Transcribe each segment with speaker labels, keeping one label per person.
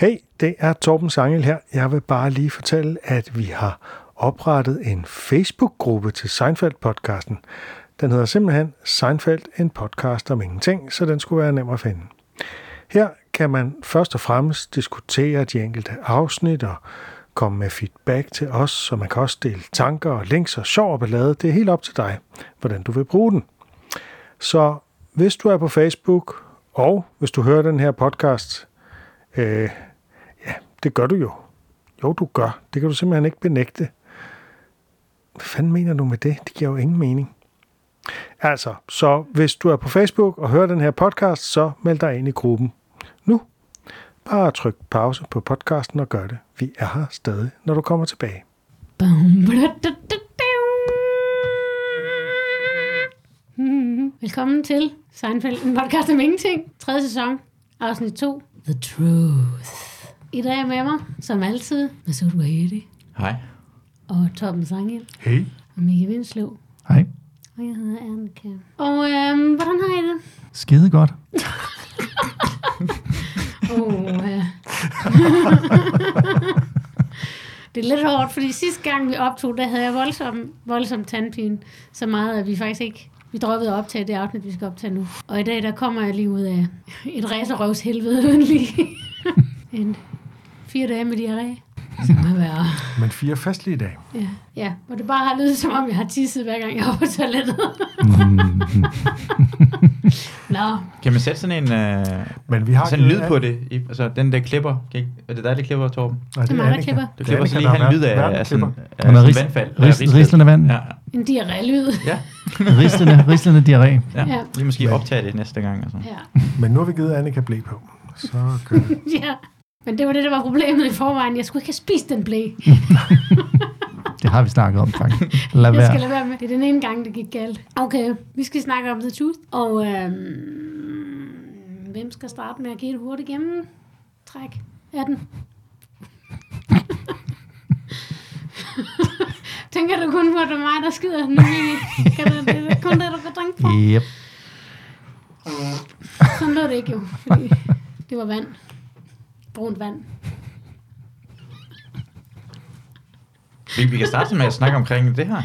Speaker 1: Hej, det er Torben Sangel her. Jeg vil bare lige fortælle, at vi har oprettet en Facebook-gruppe til Seinfeld-podcasten. Den hedder simpelthen Seinfeld, en podcast om ingenting, så den skulle være nem at finde. Her kan man først og fremmest diskutere de enkelte afsnit og komme med feedback til os, så man kan også dele tanker og links og sjov og ballade. Det er helt op til dig, hvordan du vil bruge den. Så hvis du er på Facebook, og hvis du hører den her podcast, øh, ja, det gør du jo. Jo, du gør. Det kan du simpelthen ikke benægte. Hvad fanden mener du med det? Det giver jo ingen mening. Altså, så hvis du er på Facebook og hører den her podcast, så meld dig ind i gruppen. Nu. Bare tryk pause på podcasten og gør det. Vi er her stadig, når du kommer tilbage.
Speaker 2: Bum, bada, da, da, da. Mm. Velkommen til Seinfeld, en podcast om ingenting. Tredje sæson, afsnit 2. The Truth. I dag er med mig, som altid, Masoud Wahedi
Speaker 3: Hej.
Speaker 2: og Torben Sangel
Speaker 1: Hey.
Speaker 2: og Mikke Vindslev.
Speaker 3: Hej.
Speaker 2: Og jeg hedder Anne Kjær. Og øhm, hvordan har I det?
Speaker 3: Skide godt.
Speaker 2: Oh, ja. det er lidt hårdt, fordi sidste gang vi optog, der havde jeg voldsom, voldsom tandpine. Så meget, at vi faktisk ikke... Vi droppede at optage det afsnit, vi skal optage nu. Og i dag, der kommer jeg lige ud af et racerøvs helvede uden lige en fire dage med diarré. Som har været...
Speaker 1: Men fire fastlige dage.
Speaker 2: Ja. ja, og det bare har lyttet, som om jeg har tisset, hver gang jeg er på toilettet. Nå,
Speaker 3: Kan man sætte sådan en, øh,
Speaker 1: Men vi har
Speaker 3: sådan en lyd på det? I, altså den der klipper. Kan ikke, er det dig, der klipper, Torben?
Speaker 1: Nej,
Speaker 2: Det er mig, der klipper.
Speaker 3: Du klipper sådan lige
Speaker 1: Annika, der
Speaker 3: han
Speaker 1: er
Speaker 3: lyd
Speaker 1: verden-
Speaker 3: af,
Speaker 1: verden
Speaker 3: af sådan,
Speaker 1: klipper.
Speaker 3: af
Speaker 4: Han er
Speaker 3: sådan
Speaker 4: ris-
Speaker 3: vandfald.
Speaker 4: ris-
Speaker 3: Eller
Speaker 4: rislende vand.
Speaker 3: Ja,
Speaker 2: en diarré-lyd.
Speaker 3: ja,
Speaker 4: Rislende, rislende diarré.
Speaker 3: ja.
Speaker 2: Ja.
Speaker 3: ja. Lige måske optage det næste gang. Altså.
Speaker 2: Ja.
Speaker 1: Men nu har vi givet Annika blæ på. Så øh, gør det.
Speaker 2: Ja, men det var det, der var problemet i forvejen. Jeg skulle ikke have spist den blæ.
Speaker 4: Det har vi snakket om, faktisk. Lad
Speaker 2: Jeg skal
Speaker 4: være.
Speaker 2: lade være med. Det er den ene gang, det gik galt. Okay, vi skal snakke om The Truth. Og øhm, hvem skal starte med at give et hurtigt gennemtræk af den? Tænker du kun på, at det er mig, der skider nu? egentlig? Kan du, det er kun det, du kan tænke på?
Speaker 4: Yep.
Speaker 2: Sådan lød det ikke jo, fordi det var vand. Brunt vand.
Speaker 3: Vi, vi kan starte med at snakke omkring det her.
Speaker 2: Åh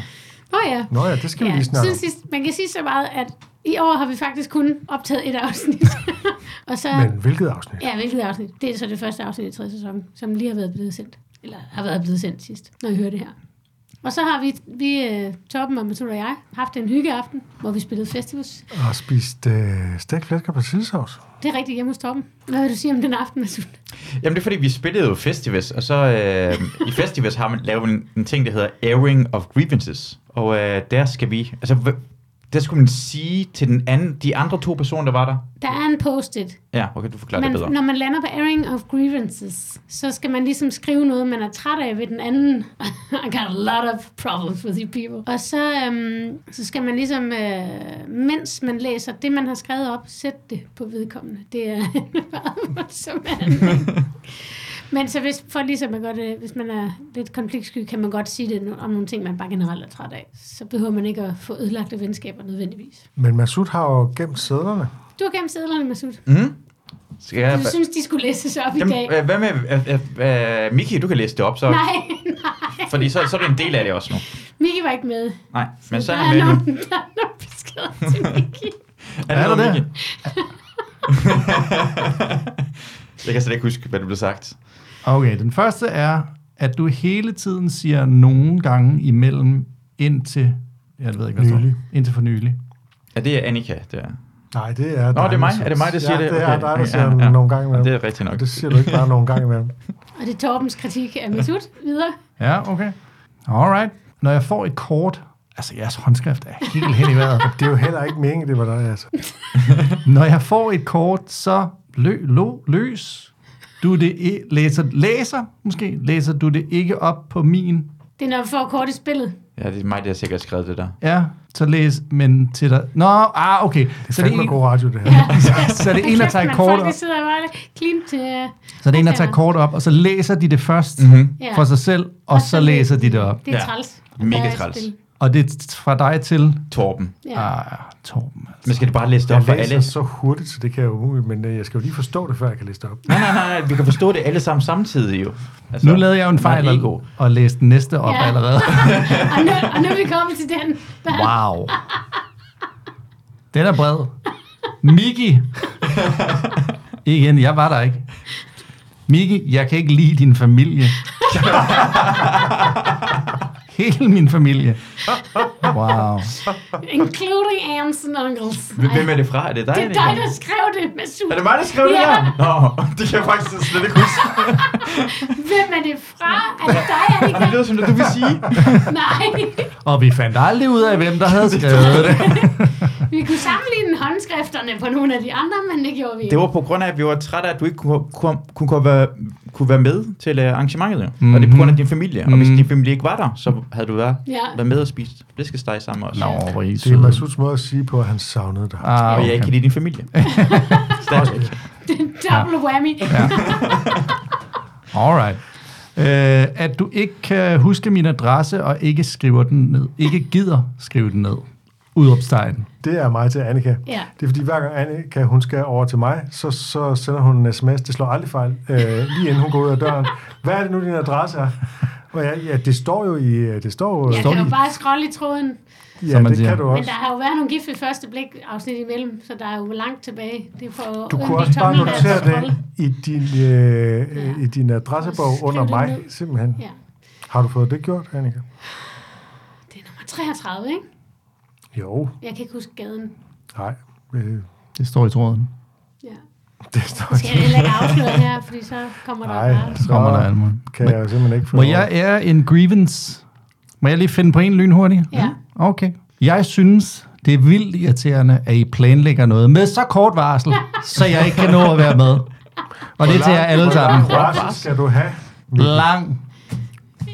Speaker 2: oh, ja.
Speaker 1: Nå ja, det skal vi lige snakke om.
Speaker 2: siden sidst, man kan sige så meget, at i år har vi faktisk kun optaget et afsnit. og så,
Speaker 1: Men hvilket afsnit?
Speaker 2: ja, hvilket afsnit? Det er så det første afsnit i tredje sæson, som lige har været blevet sendt. Eller har været blevet sendt sidst, når I hører det her. Og så har vi, vi øh, Torben og Mathilde og jeg, haft en hyggeaften, hvor vi spillede festivus.
Speaker 1: Og spist øh, stegt flæsk og persillesauce.
Speaker 2: Det er rigtigt hjemme hos Torben. Hvad vil du sige om den aften, Mathilde?
Speaker 3: Jamen det er fordi, vi spillede jo Festivus, og så øh, i Festivus har man lavet en, en ting, der hedder Airing of Grievances. Og øh, der skal vi, altså hv- der skulle man sige til den anden, de andre to personer, der var der.
Speaker 2: Der er en post-it.
Speaker 3: Ja, okay, du forklarer
Speaker 2: Man,
Speaker 3: det bedre.
Speaker 2: når man lander på airing of grievances, så skal man ligesom skrive noget, man er træt af ved den anden. I got a lot of problems with you people. Og så, øhm, så skal man ligesom, øh, mens man læser det, man har skrevet op, sætte det på vedkommende. Det er som Men så hvis, for ligesom at gøre det, hvis man er lidt konfliktsky, kan man godt sige det om nogle ting, man bare generelt er træt af. Så behøver man ikke at få ødelagte venskaber nødvendigvis.
Speaker 1: Men Masud har jo gemt sædlerne.
Speaker 2: Du har gennem sædlerne, Masud.
Speaker 3: Mm? Skal jeg,
Speaker 2: Du synes, de skulle læses op i dag.
Speaker 3: Jamen, øh, hvad med, øh, øh, øh, Miki, du kan læse det op, så,
Speaker 2: Nej,
Speaker 3: fordi så, så er du en del af det også nu.
Speaker 2: Miki var ikke med.
Speaker 3: Nej, men så er
Speaker 2: der
Speaker 3: han med nu.
Speaker 2: nogle, Der er nogle beskeder til Miki.
Speaker 3: Er
Speaker 4: Er
Speaker 3: det
Speaker 4: der
Speaker 3: noget,
Speaker 4: det?
Speaker 3: Miki? Jeg kan slet ikke huske, hvad det blev sagt.
Speaker 4: Okay, den første er, at du hele tiden siger nogle gange imellem indtil, jeg ved ikke, hvad der
Speaker 1: Nylig.
Speaker 4: står. Indtil for nylig.
Speaker 3: Ja, det er Annika, der.
Speaker 1: Nej, det er
Speaker 3: Nå, det er mig. Er det mig, der siger
Speaker 1: ja,
Speaker 3: det?
Speaker 1: det er
Speaker 3: Okay.
Speaker 1: dig, der siger
Speaker 3: Ja, ja.
Speaker 1: nogle gange
Speaker 3: Ja,
Speaker 1: imellem.
Speaker 3: det er rigtigt nok.
Speaker 1: Og det siger du ikke bare nogle gange imellem.
Speaker 2: Og det er Torbens kritik af Masud videre.
Speaker 4: Ja, okay. Alright. Når jeg får et kort, altså jeres håndskrift er helt hen i vejret.
Speaker 1: Det er jo heller ikke meningen, det var dig, altså.
Speaker 4: Når jeg får et kort, så lø, lo, løs. Du det i, læser, læser, måske, læser du det ikke op på min
Speaker 2: Det er, når vi får kort i spillet.
Speaker 3: Ja, det er mig, der har sikkert skrevet det der.
Speaker 4: Ja, så læs, men til dig. Nå, ah, okay.
Speaker 1: Det
Speaker 4: så,
Speaker 1: er
Speaker 4: det er
Speaker 1: fandme
Speaker 4: en,
Speaker 1: god radio, det her.
Speaker 4: så det er en, der tager et kort
Speaker 2: kort.
Speaker 4: op.
Speaker 2: Folk sidder bare clean til... øh,
Speaker 4: Så det er en, der tager et kort op, og så læser de det først
Speaker 1: Mhm.
Speaker 4: mm-hmm.
Speaker 2: Ja.
Speaker 4: for sig selv, og så læser de det op.
Speaker 2: Det er
Speaker 3: Ja.
Speaker 2: træls.
Speaker 3: Mega
Speaker 2: Der er
Speaker 3: træls.
Speaker 2: spil.
Speaker 4: Og det er fra dig til
Speaker 3: Torben.
Speaker 2: Ja.
Speaker 4: ah, Torben. Altså.
Speaker 3: Men skal det bare læse det op
Speaker 1: Jeg
Speaker 3: for
Speaker 1: læser
Speaker 3: alle?
Speaker 1: så hurtigt, så det kan jeg jo umuligt, men øh, jeg skal jo lige forstå det, før jeg kan læse det op.
Speaker 3: Nej, nej, nej, vi kan forstå det alle sammen samtidig jo. Altså,
Speaker 4: Nu lavede jeg jo en
Speaker 3: nej,
Speaker 4: fejl
Speaker 3: ego.
Speaker 4: og, og læste den næste op
Speaker 2: Ja.
Speaker 4: ja. allerede.
Speaker 2: Og nu, og nu er vi kommet til den. Der,
Speaker 4: Wow. Den er bred. Miki. Igen, jeg var der ikke. Miki, jeg kan ikke lide din familie. Hele min familie. Wow.
Speaker 2: including aunts and uncles.
Speaker 3: Hvem er det fra? Er det dig?
Speaker 2: Det er dig,
Speaker 3: Nico?
Speaker 2: der skrev det med sur.
Speaker 3: Er det mig, der skrev det
Speaker 2: Ja.
Speaker 3: her? Nå, det kan jeg faktisk slet ikke huske.
Speaker 2: Hvem er det fra? Er det dig, er det
Speaker 3: Det
Speaker 2: ikke?
Speaker 3: lyder som det, du vil sige.
Speaker 2: Nej.
Speaker 4: Og vi fandt aldrig ud af, hvem der havde skrevet det.
Speaker 2: Vi kunne sammenligne håndskrifterne på nogle af de andre, men det gjorde vi ikke.
Speaker 3: Det var på grund af, at vi var trætte af, at du ikke kunne, kunne, kunne, kunne, være, kunne være med til øh, arrangementet. Jo. Og det er på grund af din familie. Og hvis
Speaker 4: Mhm.
Speaker 3: din familie ikke var der, så havde du været,
Speaker 2: Ja.
Speaker 3: været med og spist flæskesteg sammen med os.
Speaker 4: Nå, hvor er I
Speaker 1: Det er
Speaker 4: søde.
Speaker 1: Masuds måde at sige på, at han savnede dig.
Speaker 4: Ah,
Speaker 3: Og jeg ikke kan
Speaker 4: okay.
Speaker 3: lide din familie. Stadigvæk.
Speaker 2: Double whammy. Ja.
Speaker 4: Alright. Uh, at du ikke kan huske min adresse og ikke skriver den ned. Ikke gider skrive den ned. Udopstegn.
Speaker 1: Det er mig til Annika.
Speaker 2: Ja.
Speaker 1: Det er fordi, hver gang Annika, hun skal over til mig, så, så sender hun en sms. Det slår aldrig fejl, øh, lige inden hun går ud af døren. Hvad er det nu, din adresse er? Og ja, ja, det står jo i... øh, Det står jo,
Speaker 2: Jeg
Speaker 4: Står
Speaker 2: kan jo
Speaker 4: de-
Speaker 2: bare scrolle i tråden.
Speaker 1: ja
Speaker 4: som man
Speaker 1: det
Speaker 4: siger.
Speaker 1: kan du
Speaker 2: Men
Speaker 1: også.
Speaker 2: der har jo været nogle gifte første blik afsnit imellem, så der er jo langt tilbage. Det er for
Speaker 1: Du kunne også bare notere det i din, øh,
Speaker 2: Ja.
Speaker 1: øh, i din adressebog
Speaker 2: Skriv
Speaker 1: under
Speaker 2: det
Speaker 1: mig,
Speaker 2: ned.
Speaker 1: simpelthen.
Speaker 2: Ja,
Speaker 1: Har du fået det gjort, Annika?
Speaker 2: det er nummer 33, ikke?
Speaker 1: Jo,
Speaker 2: Jeg kan ikke huske gaden.
Speaker 1: nej. Øh,
Speaker 4: Det står i tråden.
Speaker 2: Ja.
Speaker 1: det står
Speaker 2: Skal jeg heller ikke afsløre her, fordi så kommer der
Speaker 1: Nej,
Speaker 2: bare...
Speaker 4: Så kommer der alt
Speaker 1: så
Speaker 4: muligt.
Speaker 1: kan jeg jo simpelthen ikke få
Speaker 4: Må
Speaker 1: det
Speaker 4: jeg ære en grievance? Må jeg lige finde på en lynhurtigt?
Speaker 2: Ja.
Speaker 4: Okay. Jeg synes, det er vildt irriterende, at I planlægger noget med så kort varsel, så jeg ikke kan nå at være med. Og det er til jer alle sammen.
Speaker 1: Hvor lang varsel skal du have?
Speaker 4: Lang.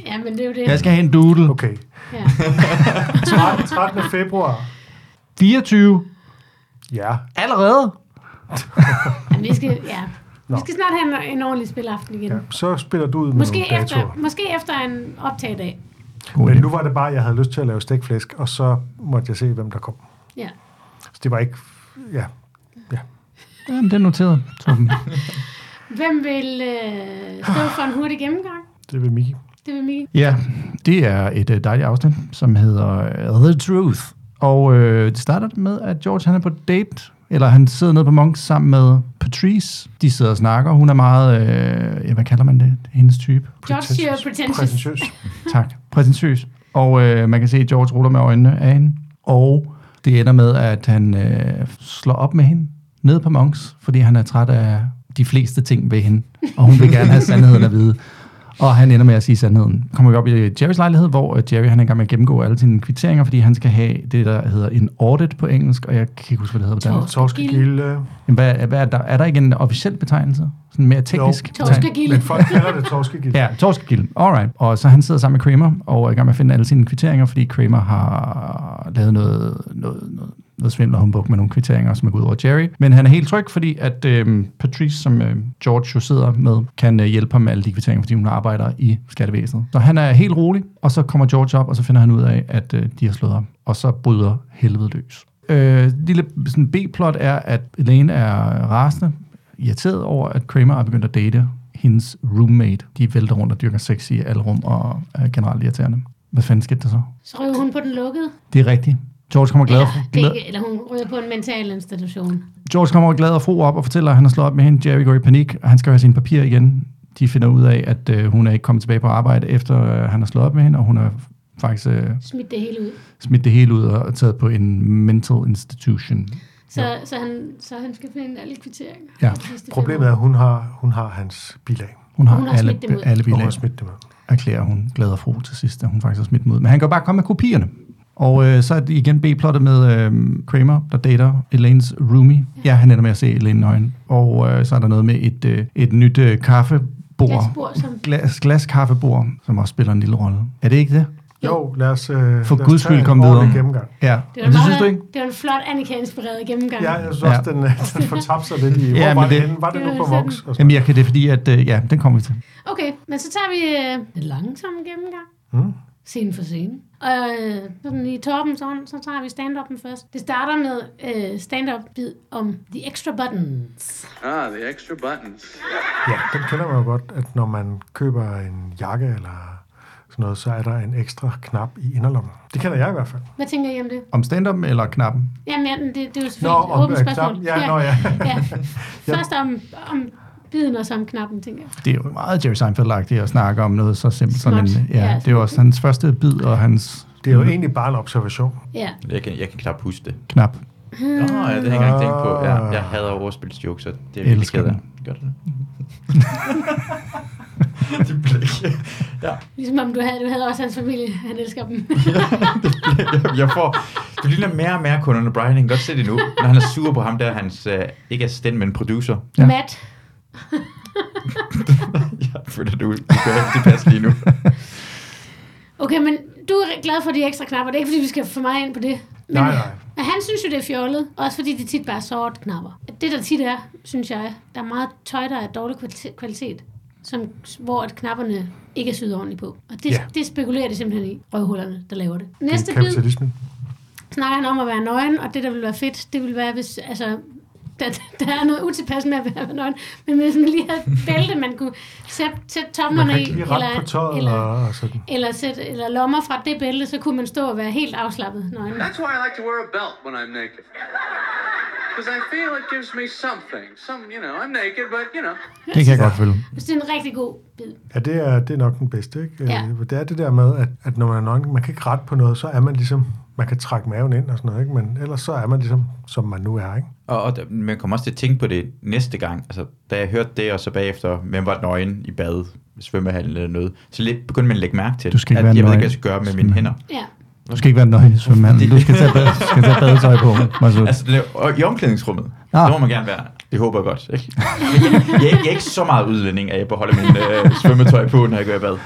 Speaker 2: Ja, men det er jo det.
Speaker 4: Jeg skal have en doodle.
Speaker 1: Okay,
Speaker 2: Ja.
Speaker 1: 13. 13. februar.
Speaker 4: 24.
Speaker 1: Ja,
Speaker 4: Allerede?
Speaker 2: Men vi skal, ja.
Speaker 1: Nå.
Speaker 2: Vi skal snart have en, en ordentlig spilaften igen.
Speaker 1: ja. Så spiller du ud med
Speaker 2: Måske,
Speaker 1: nogle datoer.
Speaker 2: efter, måske efter en optagedag.
Speaker 4: God
Speaker 1: Men
Speaker 4: idé.
Speaker 1: nu var det bare, at jeg havde lyst til at lave stegflæsk, og så måtte jeg se, hvem der kom.
Speaker 2: Ja.
Speaker 1: Så det var ikke... Ja,
Speaker 4: Jamen, det er noteret. Torben.
Speaker 2: Hvem vil øh, stå for en hurtig gennemgang?
Speaker 1: det vil Miki.
Speaker 2: Det vil Miki.
Speaker 4: Ja, det er et øh, dejligt afsnit, som hedder øh, The Truth. Og øh, det starter med, at George han er på date, eller han sidder nede på Monks sammen med Patrice. De sidder og snakker, hun er meget, øh, ja, hvad kalder man det, hendes type.
Speaker 2: George siger pretentious.
Speaker 1: Præsentøs.
Speaker 4: Tak. Præsentøs. Og øh, man kan se, at George ruller med øjnene af hende. Og det ender med, at han øh, slår op med hende nede på Monks, fordi han er træt af de fleste ting ved hende. Og hun vil gerne have sandheden at vide. Og han ender med at sige sandheden. Kommer vi op i Jerrys lejlighed, hvor øh, Jerry han er i gang med at gennemgå alle sine kvitteringer, fordi han skal have det, der hedder en audit på engelsk, og jeg kan ikke huske, hvad det hedder på dansk.
Speaker 1: Torskegilde.
Speaker 4: Jamen, Hvad, hvad er, der, er der ikke en officiel betegnelse? Sådan mere teknisk? betegnelse?
Speaker 2: Torskegilde.
Speaker 1: Men folk kalder det torskegilde.
Speaker 4: Ja, torskegilden. Alright. Og så han sidder sammen med Kramer og er i gang med at finde alle sine kvitteringer, fordi Kramer har lavet noget, noget, noget, noget svindel og humbug med nogle kvitteringer, som er gået ud over Jerry. Men han er helt tryg, fordi at øh, Patrice, som øh, George jo sidder med, kan øh, hjælpe ham med alle de kvitteringer, fordi hun arbejder i skattevæsenet. Så han er helt rolig, og så kommer George op, og så finder han ud af, at øh, de har slået ham. Og så bryder helvede løs. Øh, lille sådan B-plot er, at Elaine er rasende irriteret over, at Kramer er begyndt at date hendes roommate. De vælter rundt og dyrker sex i alle rum og er generelt irriterende. Hvad fanden skete der så?
Speaker 2: Så ryger hun på den lukkede.
Speaker 4: Det er rigtigt. George kommer glad,
Speaker 2: Eller, det er
Speaker 4: glad,
Speaker 2: ikke, eller hun ryger på en mental institution.
Speaker 4: George kommer glad og fro op og fortæller, at han har slået op med hende. Jerry går i panik, og han skal have sine papirer igen. De finder ud af, at øh, hun er ikke kommet tilbage på arbejde, efter øh, han har slået op med hende, og hun er faktisk øh,
Speaker 2: Smidt det hele ud.
Speaker 4: smidt det hele ud og taget på en mental institution.
Speaker 2: Så, så, han, så han skal finde alle kvitteringer.
Speaker 4: Ja.
Speaker 2: de sidste fem
Speaker 1: Problemet er, at hun har, hun har hans bilag.
Speaker 4: Hun har,
Speaker 2: Hun har
Speaker 4: alle,
Speaker 2: smidt dem ud.
Speaker 4: alle
Speaker 1: Og hun
Speaker 4: bilag.
Speaker 1: har smidt det med.
Speaker 4: erklærer hun glad og fro til sidst, at hun faktisk har smidt mod. Men han kan jo bare komme med kopierne. Og øh, så er det igen B-plottet med øh, Kramer, der dater Elaines roomie. Ja, han ender med at se Elaine nøgen. Og øh, så er der noget med et, øh, et nyt øh, kaffebord.
Speaker 2: Glasbord, som-
Speaker 4: Glas, glas kaffebord, som også spiller en lille rolle. Er det ikke det?
Speaker 1: Jo, lad os, øh,
Speaker 4: For
Speaker 1: lad os
Speaker 4: guds
Speaker 1: tage
Speaker 4: skyld
Speaker 1: en
Speaker 4: kom videre.
Speaker 1: ordentlig gennemgang.
Speaker 4: Ja,
Speaker 2: Det
Speaker 4: og
Speaker 2: var,
Speaker 4: det
Speaker 2: meget,
Speaker 4: synes du ikke?
Speaker 2: det var en flot Annika-inspireret gennemgang.
Speaker 1: Ja, jeg synes også,
Speaker 4: Ja.
Speaker 1: den, øh, den fortabte sig lidt i. Hvor
Speaker 4: Ja,
Speaker 1: ja,
Speaker 4: men
Speaker 1: var det,
Speaker 4: det-
Speaker 1: henne? Var det
Speaker 2: Det
Speaker 1: nu
Speaker 2: var
Speaker 1: på
Speaker 2: sådan-
Speaker 1: Vox? Og sådan-
Speaker 4: Jamen, jeg kan det, fordi at, øh, ja, den kommer vi til.
Speaker 2: Okay, men så tager vi øh, en langsom gennemgang.
Speaker 1: Mm.
Speaker 2: scene for scene. Og øh, sådan i toppen, så, så tager vi stand-upen først. Det starter med øh, stand-up-bid om The Extra Buttons.
Speaker 5: Ah, the extra buttons.
Speaker 1: Ja, den kender man jo godt, at når man køber en jakke eller sådan noget, så er der en ekstra knap i inderlommen. Det kender jeg i hvert fald.
Speaker 2: Hvad tænker I om det?
Speaker 4: Om stand eller knappen?
Speaker 2: Jamen, ja, det, det er jo selvfølgelig
Speaker 1: Nå,
Speaker 2: et
Speaker 1: om,
Speaker 2: åbent
Speaker 1: øh,
Speaker 2: spørgsmål.
Speaker 1: knap- ja, nå, ja.
Speaker 2: ja. Først om, om biden og så om knappen, tænker jeg.
Speaker 4: Det er jo meget Jerry Seinfeld-agtigt at snakke om noget så simpelt. som
Speaker 2: Småt.
Speaker 4: en- øh, ja,
Speaker 2: Ja.
Speaker 4: det er jo også hans første bid og hans
Speaker 1: Det er jo egentlig bare en observation.
Speaker 2: Ja.
Speaker 3: Jeg kan, jeg kan klart huske det.
Speaker 4: knap.
Speaker 3: Nå, ja, det har jeg ikke engang tænkt på. Ja, jeg hader overspilsjokes, så det er virkelig
Speaker 4: Elsker
Speaker 3: ked af.
Speaker 4: dem.
Speaker 3: Gør du det? det blik. Ja,
Speaker 2: Ligesom om du havde, du havde også hans familie. Han elsker dem.
Speaker 3: jeg, jeg får... Det ligner mere og mere kunderne. Brian, jeg kan godt se det nu, når han er sur på ham der, hans, øh, ikke assistent, men producer.
Speaker 4: Ja.
Speaker 2: ja. Matt.
Speaker 3: jeg føler, du, du gør ikke tilpas lige nu.
Speaker 2: Okay, men du er glad for de ekstra knapper. Det er ikke, fordi vi skal få meget ind på det. Men,
Speaker 1: Nej, nej.
Speaker 2: Men han synes jo, det er fjollet. Også fordi det tit bare er sorte knapper. Det, der tit er, synes jeg, der er meget tøj, der er af dårlig kvalit- kvalitet. Som, hvor at knapperne ikke er syet ordentligt på. Og det,
Speaker 1: Ja.
Speaker 2: yeah. det spekulerer de simpelthen i, røvhullerne, der laver det.
Speaker 1: Det
Speaker 2: Næste
Speaker 1: er
Speaker 2: bid
Speaker 1: kapitalismen.
Speaker 2: snakker han om at være nøgen, og det, der vil være fedt, det vil være, hvis... Altså, der, der er noget utilpas med at være nøgen, men hvis man lige havde et bælte, man kunne sætte, sætte
Speaker 1: Man
Speaker 2: tomlerne
Speaker 1: kan
Speaker 2: i,
Speaker 1: ikke lige rette på tøjet eller,
Speaker 2: eller,
Speaker 1: og sådan.
Speaker 2: eller, sætte, eller lommer fra det bælte, så kunne man stå og være helt afslappet nøgen.
Speaker 5: That's why I like to wear a belt when I'm naked. Because I feel it gives me something. Some, you know, I'm naked, but, you know.
Speaker 4: Det kan jeg godt følge.
Speaker 2: Så det er en rigtig god bid.
Speaker 1: Ja, det er, det er nok den bedste, ikke?
Speaker 2: Ja.
Speaker 1: Øh, Det er det der med, at, at når man er nøgen, man kan ikke rette på noget, så er man ligesom, man kan trække maven ind og sådan noget, ikke? Men ellers så er man ligesom, som man nu er, ikke?
Speaker 3: Og, og der- man kommer også til at tænke på det næste gang. Altså, da jeg hørte det, og så bagefter, hvem var nøgen i bad, svømmehallen eller noget, så lidt begyndte man at lægge mærke til,
Speaker 4: Du skal ikke
Speaker 3: at
Speaker 4: være
Speaker 3: jeg ved
Speaker 4: nøgen.
Speaker 3: ikke, hvad jeg skal gøre med mine hænder.
Speaker 2: Ja.
Speaker 4: Du skal ikke være nøgen i svømmehallen. Du skal tage, bad, skal tage badetøj på. Masud.
Speaker 3: Altså, det, er- og i omklædningsrummet,
Speaker 4: Ah.
Speaker 3: ah. der må man gerne være. Det håber jeg godt. Ikke? Jeg, jeg, er ikke så meget udlænding, at jeg beholder min øh, svømmetøj på, når jeg går i bad.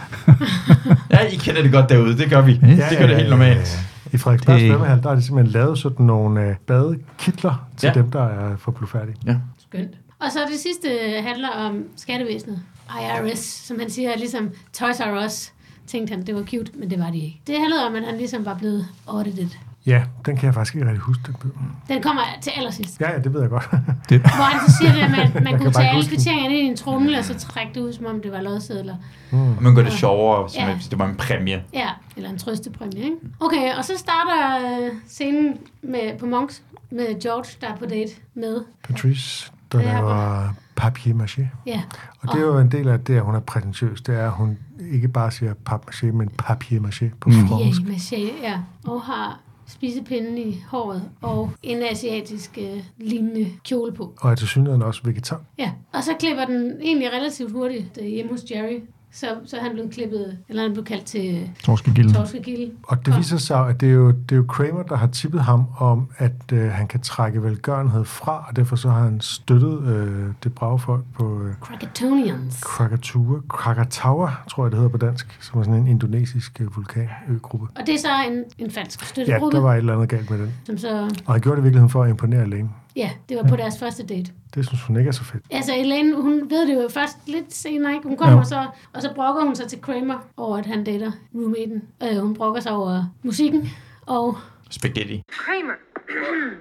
Speaker 3: Ja, I kender det godt derude. Det gør vi. det gør det helt normalt.
Speaker 1: øh, I Frederiksberg
Speaker 4: Det-
Speaker 1: svømmehal, der er det simpelthen lavet sådan nogle øh, badekitler til ja.
Speaker 3: Ja.
Speaker 1: dem, der er for blufærdige.
Speaker 3: Ja.
Speaker 2: Skønt. Og så det sidste handler om skattevæsenet. IRS, som han siger, er ligesom Toys R Us. Tænkte han, det var cute, men det var de ikke. Det handlede om, at han ligesom var blevet audited.
Speaker 1: Ja, den kan jeg faktisk ikke rigtig huske. Den bid.
Speaker 2: Den kommer til allersidst.
Speaker 1: ja, ja, det ved jeg godt.
Speaker 4: Det,
Speaker 2: Hvor han så siger det, der med, at man
Speaker 1: kan
Speaker 2: kunne
Speaker 1: bare
Speaker 2: tage
Speaker 1: ikke
Speaker 2: alle
Speaker 1: huske den.
Speaker 2: kvitteringerne ind i en trumle, og så trække det ud, som om det var lodsedler.
Speaker 3: Og man gør det sjovere, som
Speaker 2: Ja.
Speaker 3: hvis det var en præmie.
Speaker 2: Ja, eller en trøstepræmie, ikke? Okay, og så starter øh, scenen med, på Monks med George, der er på date med.
Speaker 1: Patrice, der
Speaker 2: Ja, hvor-
Speaker 1: laver papier-maché.
Speaker 2: Ja,
Speaker 1: Og det er jo en del af det, at hun er prætentiøs. Det er, at hun ikke bare siger papier-maché, men papier-maché på fransk.
Speaker 2: yeah, maché, ja. Og har spisepinden i håret og en asiatisk øh, lignende kjole på.
Speaker 1: Og er til synligheden også vegetar.
Speaker 2: Ja, og så klipper den egentlig relativt hurtigt øh, hjemme hos Jerry. Så, så er han blev klippet, eller han blev kaldt til øh,
Speaker 1: Mm.
Speaker 4: Torskegilden.
Speaker 2: Torskegilde.
Speaker 1: Og det viser sig, at det er, jo, det er jo Kramer, der har tippet ham om, at øh, han kan trække velgørenhed fra, og derfor så har han støttet øh, det brave folk på øh,
Speaker 2: Krakatonians.
Speaker 1: Krakatoa, Krakatawa, tror jeg det hedder på dansk, som er sådan en indonesisk øh, vulkanøgruppe.
Speaker 2: Og det er så en, en falsk
Speaker 1: Ja,
Speaker 2: støttegruppe,
Speaker 1: der var et eller andet galt med den.
Speaker 2: som så,
Speaker 1: Og han gjorde det i virkeligheden for at imponere Elaine.
Speaker 2: ja, det var på deres første date.
Speaker 1: Det synes hun ikke er så fedt.
Speaker 2: Altså, Elaine, hun ved det jo først lidt senere, ikke? Hun kommer
Speaker 4: Jo.
Speaker 2: ja. så, og så brokker hun sig til Kramer over, at han dater roommaten. Øh, hun brokker sig over musikken, og
Speaker 3: Spaghetti.
Speaker 6: Kramer,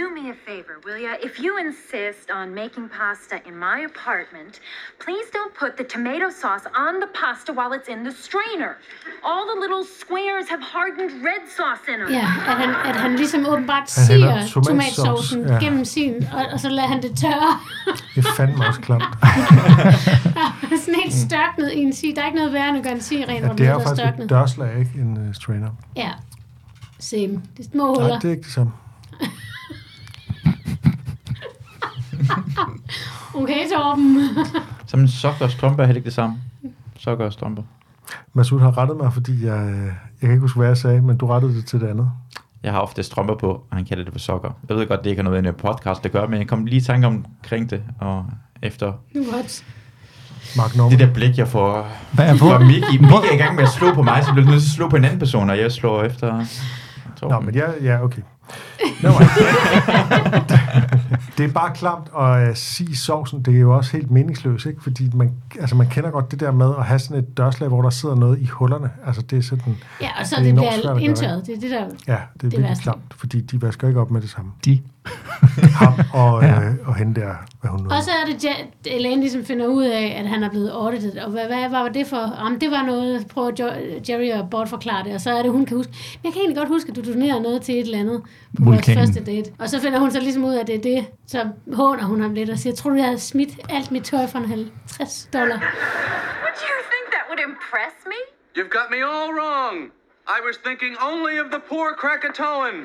Speaker 6: do me a favor, will ya? If you insist on making pasta in my apartment, please don't put the tomato sauce on the pasta while it's in the strainer. All the little squares have hardened red sauce in them.
Speaker 2: ja, at han, at han ligesom åbenbart
Speaker 1: Han hælder
Speaker 2: siger
Speaker 1: tomatsauce,
Speaker 2: tomatsausen
Speaker 1: ja.
Speaker 2: ja. gennem sin, og, og så lader han det tørre.
Speaker 1: Det er fandme også klamt.
Speaker 2: Sådan helt størknet i en si. Der er ikke noget værre, end at gøre en si rent,
Speaker 1: Mm. Ja,
Speaker 2: hvor den
Speaker 1: det er jo
Speaker 2: er
Speaker 1: faktisk et
Speaker 2: størknet.
Speaker 1: dørslag, ikke en uh, strainer.
Speaker 2: Ja, same. Det er små
Speaker 1: Nej,
Speaker 2: huller.
Speaker 1: det er ikke det samme.
Speaker 2: Okay, Torben.
Speaker 3: Som en sokker og strømper er heller ikke det samme. Sokker og strømper.
Speaker 1: Masud har rettet mig, fordi jeg, øh, jeg kan ikke huske, hvad jeg sagde, men du rettede det til det andet.
Speaker 3: Jeg har ofte strømper på, og han kalder det for sokker. Jeg ved godt, det ikke har noget med en podcast at gøre, men jeg kom lige i tanke omkring det, og efter
Speaker 2: What?
Speaker 1: Mark Norman.
Speaker 3: det der blik, jeg får
Speaker 4: Hvad er på?
Speaker 3: fra Miki. Miki er i gang med at slå på mig, så bliver du nødt til at slå på en anden person, og jeg slår efter...
Speaker 1: Nå,
Speaker 3: Torben.
Speaker 1: men ja, ja okay. Det er bare klamt at øh, sige sovsen. Det er jo også helt meningsløst, ikke? Fordi man, altså, man kender godt det der med at have sådan et dørslag, hvor der sidder noget i hullerne. Altså, det er sådan...
Speaker 2: Ja, og så
Speaker 1: Det er
Speaker 2: det, det
Speaker 1: enormt svært at
Speaker 2: bliver
Speaker 1: gøre,
Speaker 2: indtørret. Det er det der...
Speaker 1: Ja, det er
Speaker 2: Det er
Speaker 1: det virkelig
Speaker 2: værst.
Speaker 1: klamt, fordi de vasker ikke op med det samme.
Speaker 4: De.
Speaker 1: Ham og, ja. øh, og hende der, hvad hun nu
Speaker 2: Og så er det, ja, Elaine ligesom finder ud af, at han er blevet audited. Og hvad, hvad var det for? Jamen, det var noget, prøver Jo- Jerry at bortforklare det. Og så er det, hun kan huske. Men jeg kan egentlig godt huske, at du donerede noget til et eller andet på vores
Speaker 4: Vulkanen.
Speaker 2: første date. Og så finder hun så ligesom ud af, at det er det. Så håner hun ham lidt og siger, tror du, jeg havde smidt alt mit tøj for en 50 dollar?
Speaker 6: Would you think that would impress me?
Speaker 5: You've got me all wrong. I was thinking only of the poor Krakatoan.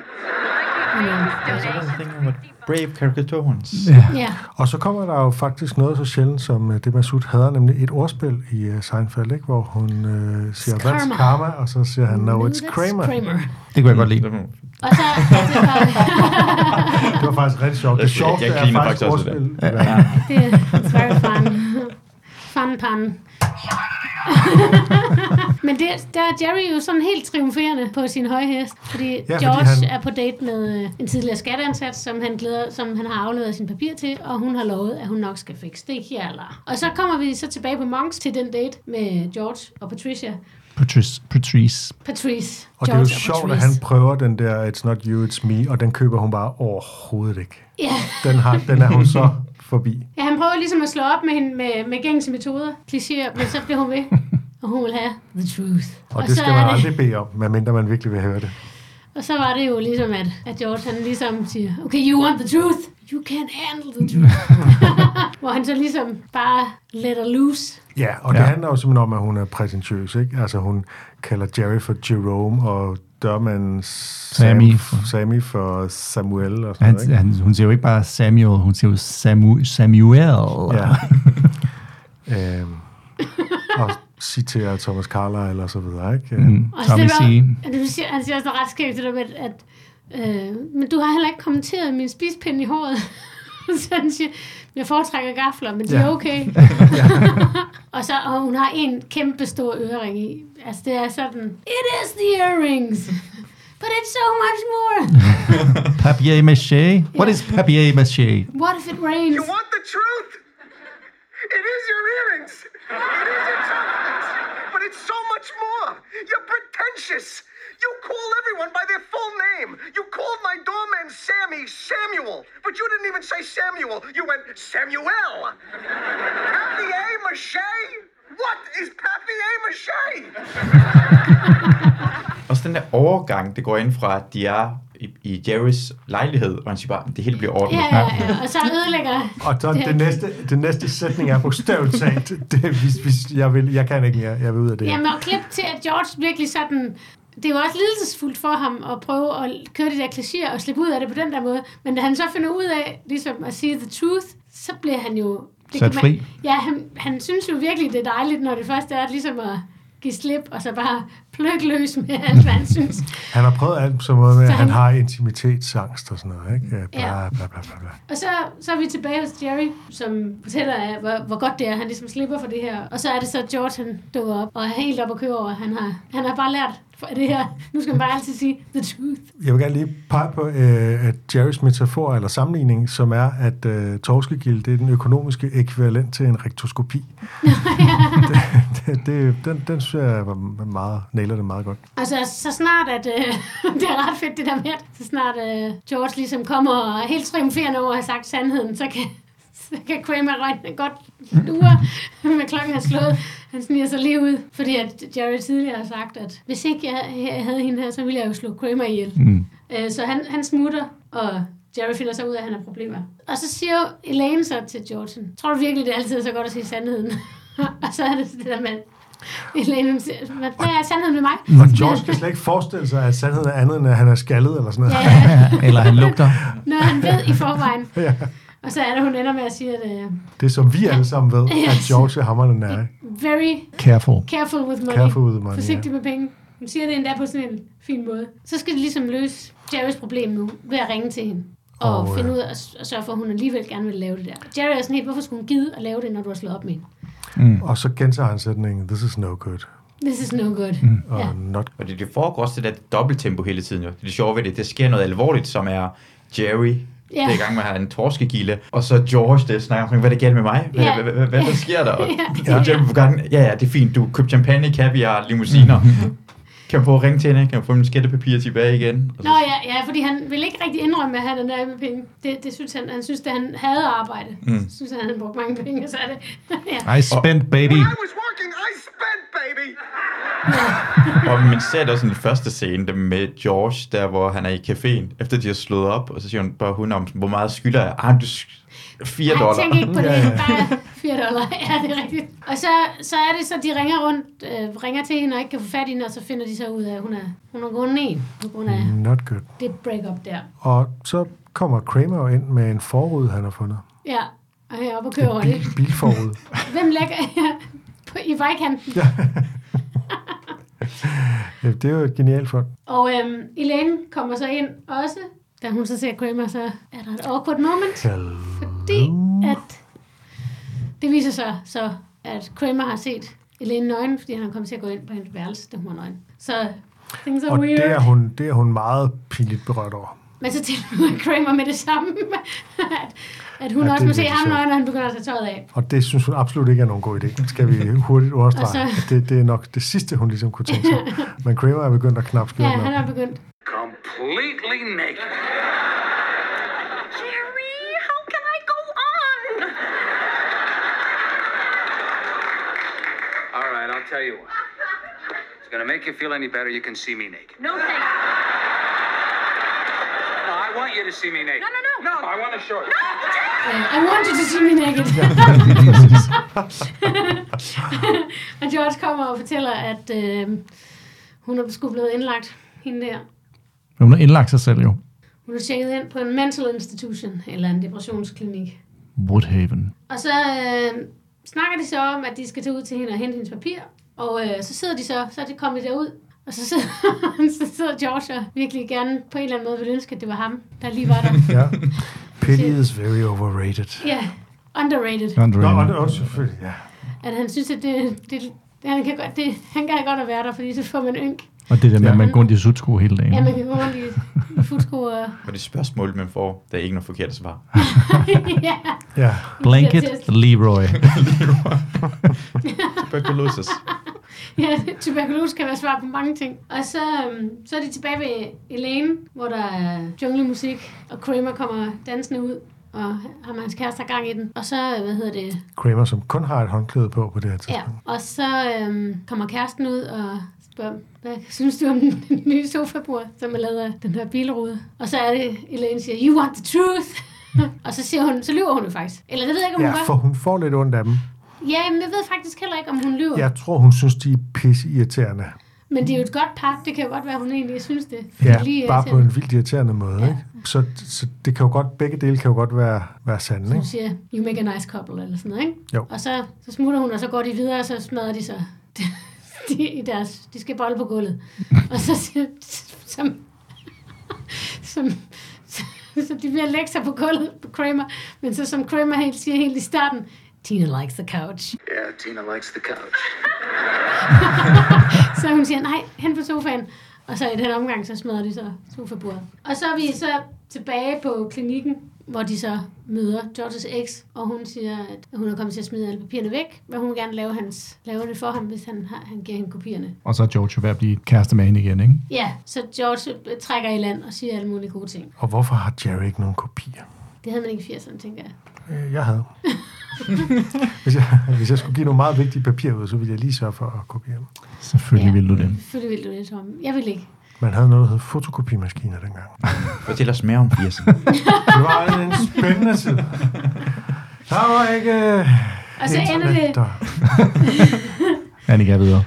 Speaker 3: Brave Caricatons.
Speaker 4: Ja.
Speaker 2: Ja,
Speaker 1: Og så kommer der jo faktisk noget så sjældent, som øh, det Masud havde, nemlig et ordspil i uh, Seinfeld, ikke? hvor hun øh, siger,
Speaker 2: Karma.
Speaker 1: what's karma? Og så siger han, no,
Speaker 2: That's
Speaker 1: it's Kramer.
Speaker 2: Kramer.
Speaker 4: Det kunne jeg godt lide.
Speaker 2: Og så er det bare,
Speaker 1: Det var faktisk rigtig sjovt. Det
Speaker 3: Jeg-
Speaker 1: sjoveste
Speaker 3: jeg
Speaker 1: er
Speaker 3: griner
Speaker 1: faktisk
Speaker 3: faktisk også af
Speaker 1: ordspil. Ja.
Speaker 2: det er it's very fun. Fun pun. Men det, der er Jerry jo sådan helt triumferende på sin høje hest, fordi ja,
Speaker 1: fordi
Speaker 2: George fordi
Speaker 1: han-
Speaker 2: han... er på date med øh, en tidligere skatteansat, som han, glæder, som han har afleveret sin papir til, og hun har lovet, at hun nok skal fikse det her. Eller. Og så kommer vi så tilbage på Monks til den date med George og Patricia.
Speaker 4: Patrice. Patrice.
Speaker 2: Patrice.
Speaker 1: Og det er
Speaker 2: George
Speaker 1: jo sjovt, at han prøver den der It's not you, it's me, og den køber hun bare overhovedet ikke.
Speaker 2: Ja.
Speaker 1: Den, har, den er hun så forbi.
Speaker 2: Ja, han prøver ligesom at slå op med hende med, med gængse metoder, klichéer, men så bliver hun ved, og hun vil have the truth.
Speaker 1: Og, og det
Speaker 2: så
Speaker 1: skal
Speaker 2: er
Speaker 1: man aldrig bede om, medmindre man virkelig vil høre det.
Speaker 2: Og så var det jo ligesom, at, at George han ligesom siger, okay, you want the truth, you can't handle the truth. Hvor han så ligesom bare let her loose.
Speaker 1: Ja, og ja. det handler jo simpelthen om, at hun er prætentiøs, ikke? Altså hun kalder Jerry for Jerome, og dørmanden Sam,
Speaker 4: Sammy
Speaker 1: Sammy,
Speaker 4: for-
Speaker 1: Sammy for Samuel og sådan
Speaker 4: Han,
Speaker 1: noget, ikke?
Speaker 4: han, hun siger jo ikke bare Samuel, hun siger jo Samu, Samuel.
Speaker 1: Ja. øhm, og citerer Thomas Carlyle eller så videre, ikke? Mm.
Speaker 2: Og
Speaker 4: Tommy
Speaker 2: så det
Speaker 4: C.
Speaker 2: var, at du siger, han siger også noget ret skævt det der med, at øh, men du har heller ikke kommenteret min spispind i håret. så han siger, jeg foretrækker gafler, men de er
Speaker 1: Ja.
Speaker 2: okay. og så og hun har en kæmpe stor ørering i. Altså det er sådan, it is the earrings, but it's so much more.
Speaker 4: Papier maché. What is papier maché?
Speaker 2: What if it rains?
Speaker 5: You want the truth? It is your earrings. It is your chocolates. But it's so much more. You're pretentious. You call everyone by their full name. You called my doorman Sammy Samuel, but you didn't even say Samuel. You went Samuel. Papier mache? What is papier mache?
Speaker 3: Også den der overgang, det går ind fra, at de er i, i Jerrys lejlighed, og han siger bare, det hele bliver ordnet.
Speaker 2: Ja, ja, ja. Og så ødelægger...
Speaker 1: Og så det næste, det næste sætning er bogstaveligt talt, det, hvis, hvis jeg, vil, jeg kan ikke mere, jeg vil ud af det. her.
Speaker 2: Jamen, og klip til, at George virkelig sådan... Det var også lidelsesfuldt for ham at prøve at køre de der klichéer og slippe ud af det på den der måde. Men da han så finder ud af ligesom at sige the truth, så bliver han jo... Det
Speaker 4: Sat
Speaker 2: kan
Speaker 4: fri.
Speaker 2: Ja, han, han synes jo virkelig, det er dejligt, når det først er at ligesom at give slip, og så bare plukke løs med alt, hvad han synes.
Speaker 1: Han har prøvet alt på sådan noget med, at
Speaker 2: Så
Speaker 1: han
Speaker 2: han-
Speaker 1: har intimitetsangst og sådan noget, ikke? Øh, Bla,
Speaker 2: Ja.
Speaker 1: bla, bla, bla, bla.
Speaker 2: Og så, så er vi tilbage hos Jerry, som fortæller, af, hvor, hvor godt det er, at han ligesom slipper for det her. Og så er det så, at George han dukker op og er helt op og kører over. Han har, han har bare lært for det her. Nu skal man bare altid sige the truth.
Speaker 1: Jeg vil gerne lige pege på øh, at Jerrys metafor eller sammenligning, som er, at øh, torskegilde det er den økonomiske ekvivalent til en rektoskopi. det, det, det, den, den synes jeg var meget, nailer det meget godt.
Speaker 2: Og så, så snart, at øh, det er ret fedt det der med, at så snart øh, George ligesom kommer og er helt triumferende over at have sagt sandheden, så kan, så kan Kramer røgne godt lure, med klokken er slået. Han sniger sig lige ud, fordi at Jerry tidligere har sagt, at hvis ikke jeg, jeg havde hende her, så ville jeg jo slå Kramer ihjel. Mm. Øh, så han, han smutter, og Jerry finder så ud af, at han har problemer. Og så siger jo Elaine så til George, tror du virkelig, det er altid så godt at sige sandheden? og så er det det der med, Elaine hun siger, hvad hvad er sandheden med mig?
Speaker 1: Og George kan slet ikke forestille sig, at sandheden er andet, end at han er skaldet eller sådan noget.
Speaker 2: Ja, ja.
Speaker 4: Eller han lugter.
Speaker 2: Noget han ved i forvejen. Og så er det, hun ender med at sige, at uh,
Speaker 1: Det som vi alle sammen ved, at
Speaker 2: Yes.
Speaker 1: George er hammerne nær. ikke?
Speaker 2: very
Speaker 4: Careful.
Speaker 2: careful with money.
Speaker 1: Careful with money,
Speaker 2: Forsigtig med penge. Hun siger det endda på sådan en fin måde. Så skal de ligesom løse Jerrys problem nu ved at ringe til hende. Og
Speaker 1: Og, øh,
Speaker 2: oh, finde ud af at- at sørge for, at hun alligevel gerne vil lave det der. Jerry er sådan helt, hvorfor skulle hun gide at lave det, når du har slået op med hende?
Speaker 1: Og så gentager han sætningen, this is no good,
Speaker 2: This is no good. Mm.
Speaker 1: og
Speaker 2: Ja.
Speaker 1: not
Speaker 3: Og det, det foregår også det der dobbelttempo hele tiden. Jo. Det, er det sjove ved det, det sker noget alvorligt, som er Jerry
Speaker 2: Ja.
Speaker 3: Det er i gang med at have en torskegilde. Og så George, det snakker omkring, hvad der galt med mig. Hvad,
Speaker 2: Ja.
Speaker 3: hvad, hvad, hvad der sker der? Og
Speaker 2: Ja.
Speaker 3: ja. På gangen, ja, ja, det er fint. Du købte champagne, kaviar, limousiner. kan jeg få at ringe til hende? Kan jeg få mine skættepapirer tilbage igen? Og så,
Speaker 2: Nå ja, ja, fordi han ville ikke rigtig indrømme, at han er nær med penge. Det, det synes han, han synes, at han havde arbejde. Mm. synes han, han brugte mange penge, så er det. ja.
Speaker 4: I spent, baby.
Speaker 5: When I was working, I spent, baby.
Speaker 3: Og man ser det også i den første scene det med George, der hvor han er i caféen, efter de har slået op, og så siger hun bare hun om, hvor meget skylder jeg? Ah, du sk- 4
Speaker 2: Han
Speaker 3: dollar.
Speaker 2: tænker ikke på det, bare 4 dollar. Ja, det er rigtigt. Og så, så er det så, de ringer rundt, øh, ringer til hende og ikke kan få fat i hende, og så finder de så ud af, at hun er, hun er gået ned på grund af
Speaker 1: Not good.
Speaker 2: det break-up der.
Speaker 1: Og så kommer Kramer jo ind med en forrude, han har fundet.
Speaker 2: Ja, og jeg er oppe og kører over det.
Speaker 1: Bil, bilforrude.
Speaker 2: Hvem lægger ja, på, i vejkanten?
Speaker 1: Ja, det er jo et genialt fund.
Speaker 2: Og øhm, Elaine kommer så ind også. Da hun så ser Kramer, så er der et awkward moment.
Speaker 1: Hello.
Speaker 2: Fordi at det viser sig så, at Kramer har set Elaine nøgen, fordi han er kommet til at gå ind på hendes værelse, da hun var nøgen. Så things are
Speaker 1: Og
Speaker 2: weird.
Speaker 1: det er, hun, det er hun meget pinligt berørt over.
Speaker 2: Men så tilbyder Kramer med det samme, at, at hun
Speaker 1: Ja,
Speaker 2: ja, også
Speaker 1: det
Speaker 2: må
Speaker 1: er
Speaker 2: se
Speaker 1: virkelig
Speaker 2: ham
Speaker 1: sjovt.
Speaker 2: nøgen, og han begynder at tage tøjet af.
Speaker 1: Og det synes hun absolut ikke er nogen god idé. Det skal vi hurtigt understrege.
Speaker 2: Og så-
Speaker 1: At Det, det er nok det sidste, hun ligesom kunne tænke sig. Men Kramer er begyndt at knap
Speaker 2: Ja,
Speaker 1: skjorten
Speaker 2: han
Speaker 1: op.
Speaker 2: er begyndt.
Speaker 5: Completely naked.
Speaker 6: Jerry, how can I go on?
Speaker 5: All right, I'll tell you what. It's gonna make you feel any better. You can see me naked.
Speaker 6: No thanks.
Speaker 5: No, I want you to see me naked.
Speaker 6: No, no, no.
Speaker 5: No, I want to show you.
Speaker 2: Uh, I want you to see me naked. og George kommer og fortæller, at øh, hun er sgu blevet indlagt, hende der.
Speaker 4: Hun har indlagt sig selv jo.
Speaker 2: Hun er tjekket ind på en mental institution, eller en depressionsklinik.
Speaker 4: Woodhaven.
Speaker 2: Og så øh, snakker de så om, at de skal tage ud til hende og hente hendes papir. Og øh, så sidder de så, så er de kommet derud. Og så sidder, så sidder George og virkelig gerne på en eller anden måde vil ønske, at det var ham, der lige var der.
Speaker 1: Ja. Pity is very overrated.
Speaker 2: Ja, underrated.
Speaker 1: Nå, og det
Speaker 4: Andre.
Speaker 1: er også selvfølgelig, ja.
Speaker 2: At han synes, at det, det, det, han, kan godt, det, han kan godt at være der, fordi så får man ynk.
Speaker 4: Og det der med, at man går rundt i sudsko hele dagen.
Speaker 2: Ja, man kan gå rundt i, i futsko og...
Speaker 3: Og det spørgsmål, man får, der er ikke noget forkert svar.
Speaker 2: ja,
Speaker 1: ja.
Speaker 4: Blanket Leroy.
Speaker 3: Tuberculosis.
Speaker 2: ja, tuberkulose kan være svar på mange ting. Og så, øhm, så er de tilbage ved Elaine, hvor der er junglemusik, og Kramer kommer dansende ud, og ham og hans kæreste har gang i den. Og så, øh, hvad hedder det,
Speaker 1: Kramer, som kun har et håndklæde på på det her
Speaker 2: ja.
Speaker 1: tidspunkt.
Speaker 2: Og så øhm, kommer kæresten ud og spørger, hvad synes du om den nye sofabord, som er lavet af den her bilrude? Og så er det, Elaine siger, you want the truth? og så siger hun, så lyver hun jo faktisk. Eller det ved jeg ikke, om
Speaker 1: Ja,
Speaker 2: hun gør.
Speaker 1: for hun får lidt ondt af dem.
Speaker 2: Ja, men jeg ved faktisk heller ikke, om hun lyver.
Speaker 1: Jeg tror, hun synes, de er pisse irriterende.
Speaker 2: Men det er jo et godt par. Det kan jo godt være, hun egentlig synes det.
Speaker 1: Ja,
Speaker 2: Fordi lige
Speaker 1: bare
Speaker 2: til-
Speaker 1: på en vildt irriterende måde. Ja. Ikke? Så, så det kan jo godt, begge dele kan jo godt være, være sande.
Speaker 2: Hun
Speaker 1: Ikke?
Speaker 2: siger, you make a nice couple, eller sådan noget, ikke?
Speaker 1: Jo.
Speaker 2: Og så, så smutter hun, og så går de videre, og så smadrer de så de, i deres... De skal bolle på gulvet. Og så siger som, som, så, så de bliver lægge sig på gulvet på Kramer, men så som Kramer helt siger helt i starten, Tina likes the couch.
Speaker 5: Yeah, Tina likes the couch.
Speaker 2: Så hun siger, nej, hen på sofaen. Og så i den omgang, så smadrer de så sofabordet. Og så er vi så tilbage på klinikken, hvor de så møder Georges eks, og hun siger, at hun er kommet til at smide alle papirerne væk, men hun vil gerne lave, hans, lave det for ham, hvis han, har, han giver hende kopierne.
Speaker 4: Og så er George jo ved at blive kæreste med hende igen, ikke?
Speaker 2: Ja, så George øh, trækker i land og siger alle mulige gode ting.
Speaker 1: Og hvorfor har Jerry ikke nogen kopier?
Speaker 2: Det havde man ikke i 80'erne, tænker jeg.
Speaker 1: Øh, Jeg havde. hvis, jeg, hvis jeg skulle give nogle meget vigtige papirer ud, så ville jeg lige sørge for at kopiere dem.
Speaker 4: Selvfølgelig
Speaker 2: Ja.
Speaker 4: vil du det.
Speaker 2: Selvfølgelig ville du det, Tom. Jeg vil ikke.
Speaker 1: Man havde noget, der hed fotokopimaskiner dengang.
Speaker 3: Fortæl os mere om 80'erne.
Speaker 1: Det var en spændende tid. Der var ikke... øh,
Speaker 2: Og så ender
Speaker 1: internet,
Speaker 2: det,
Speaker 1: og-
Speaker 4: Annika er videre.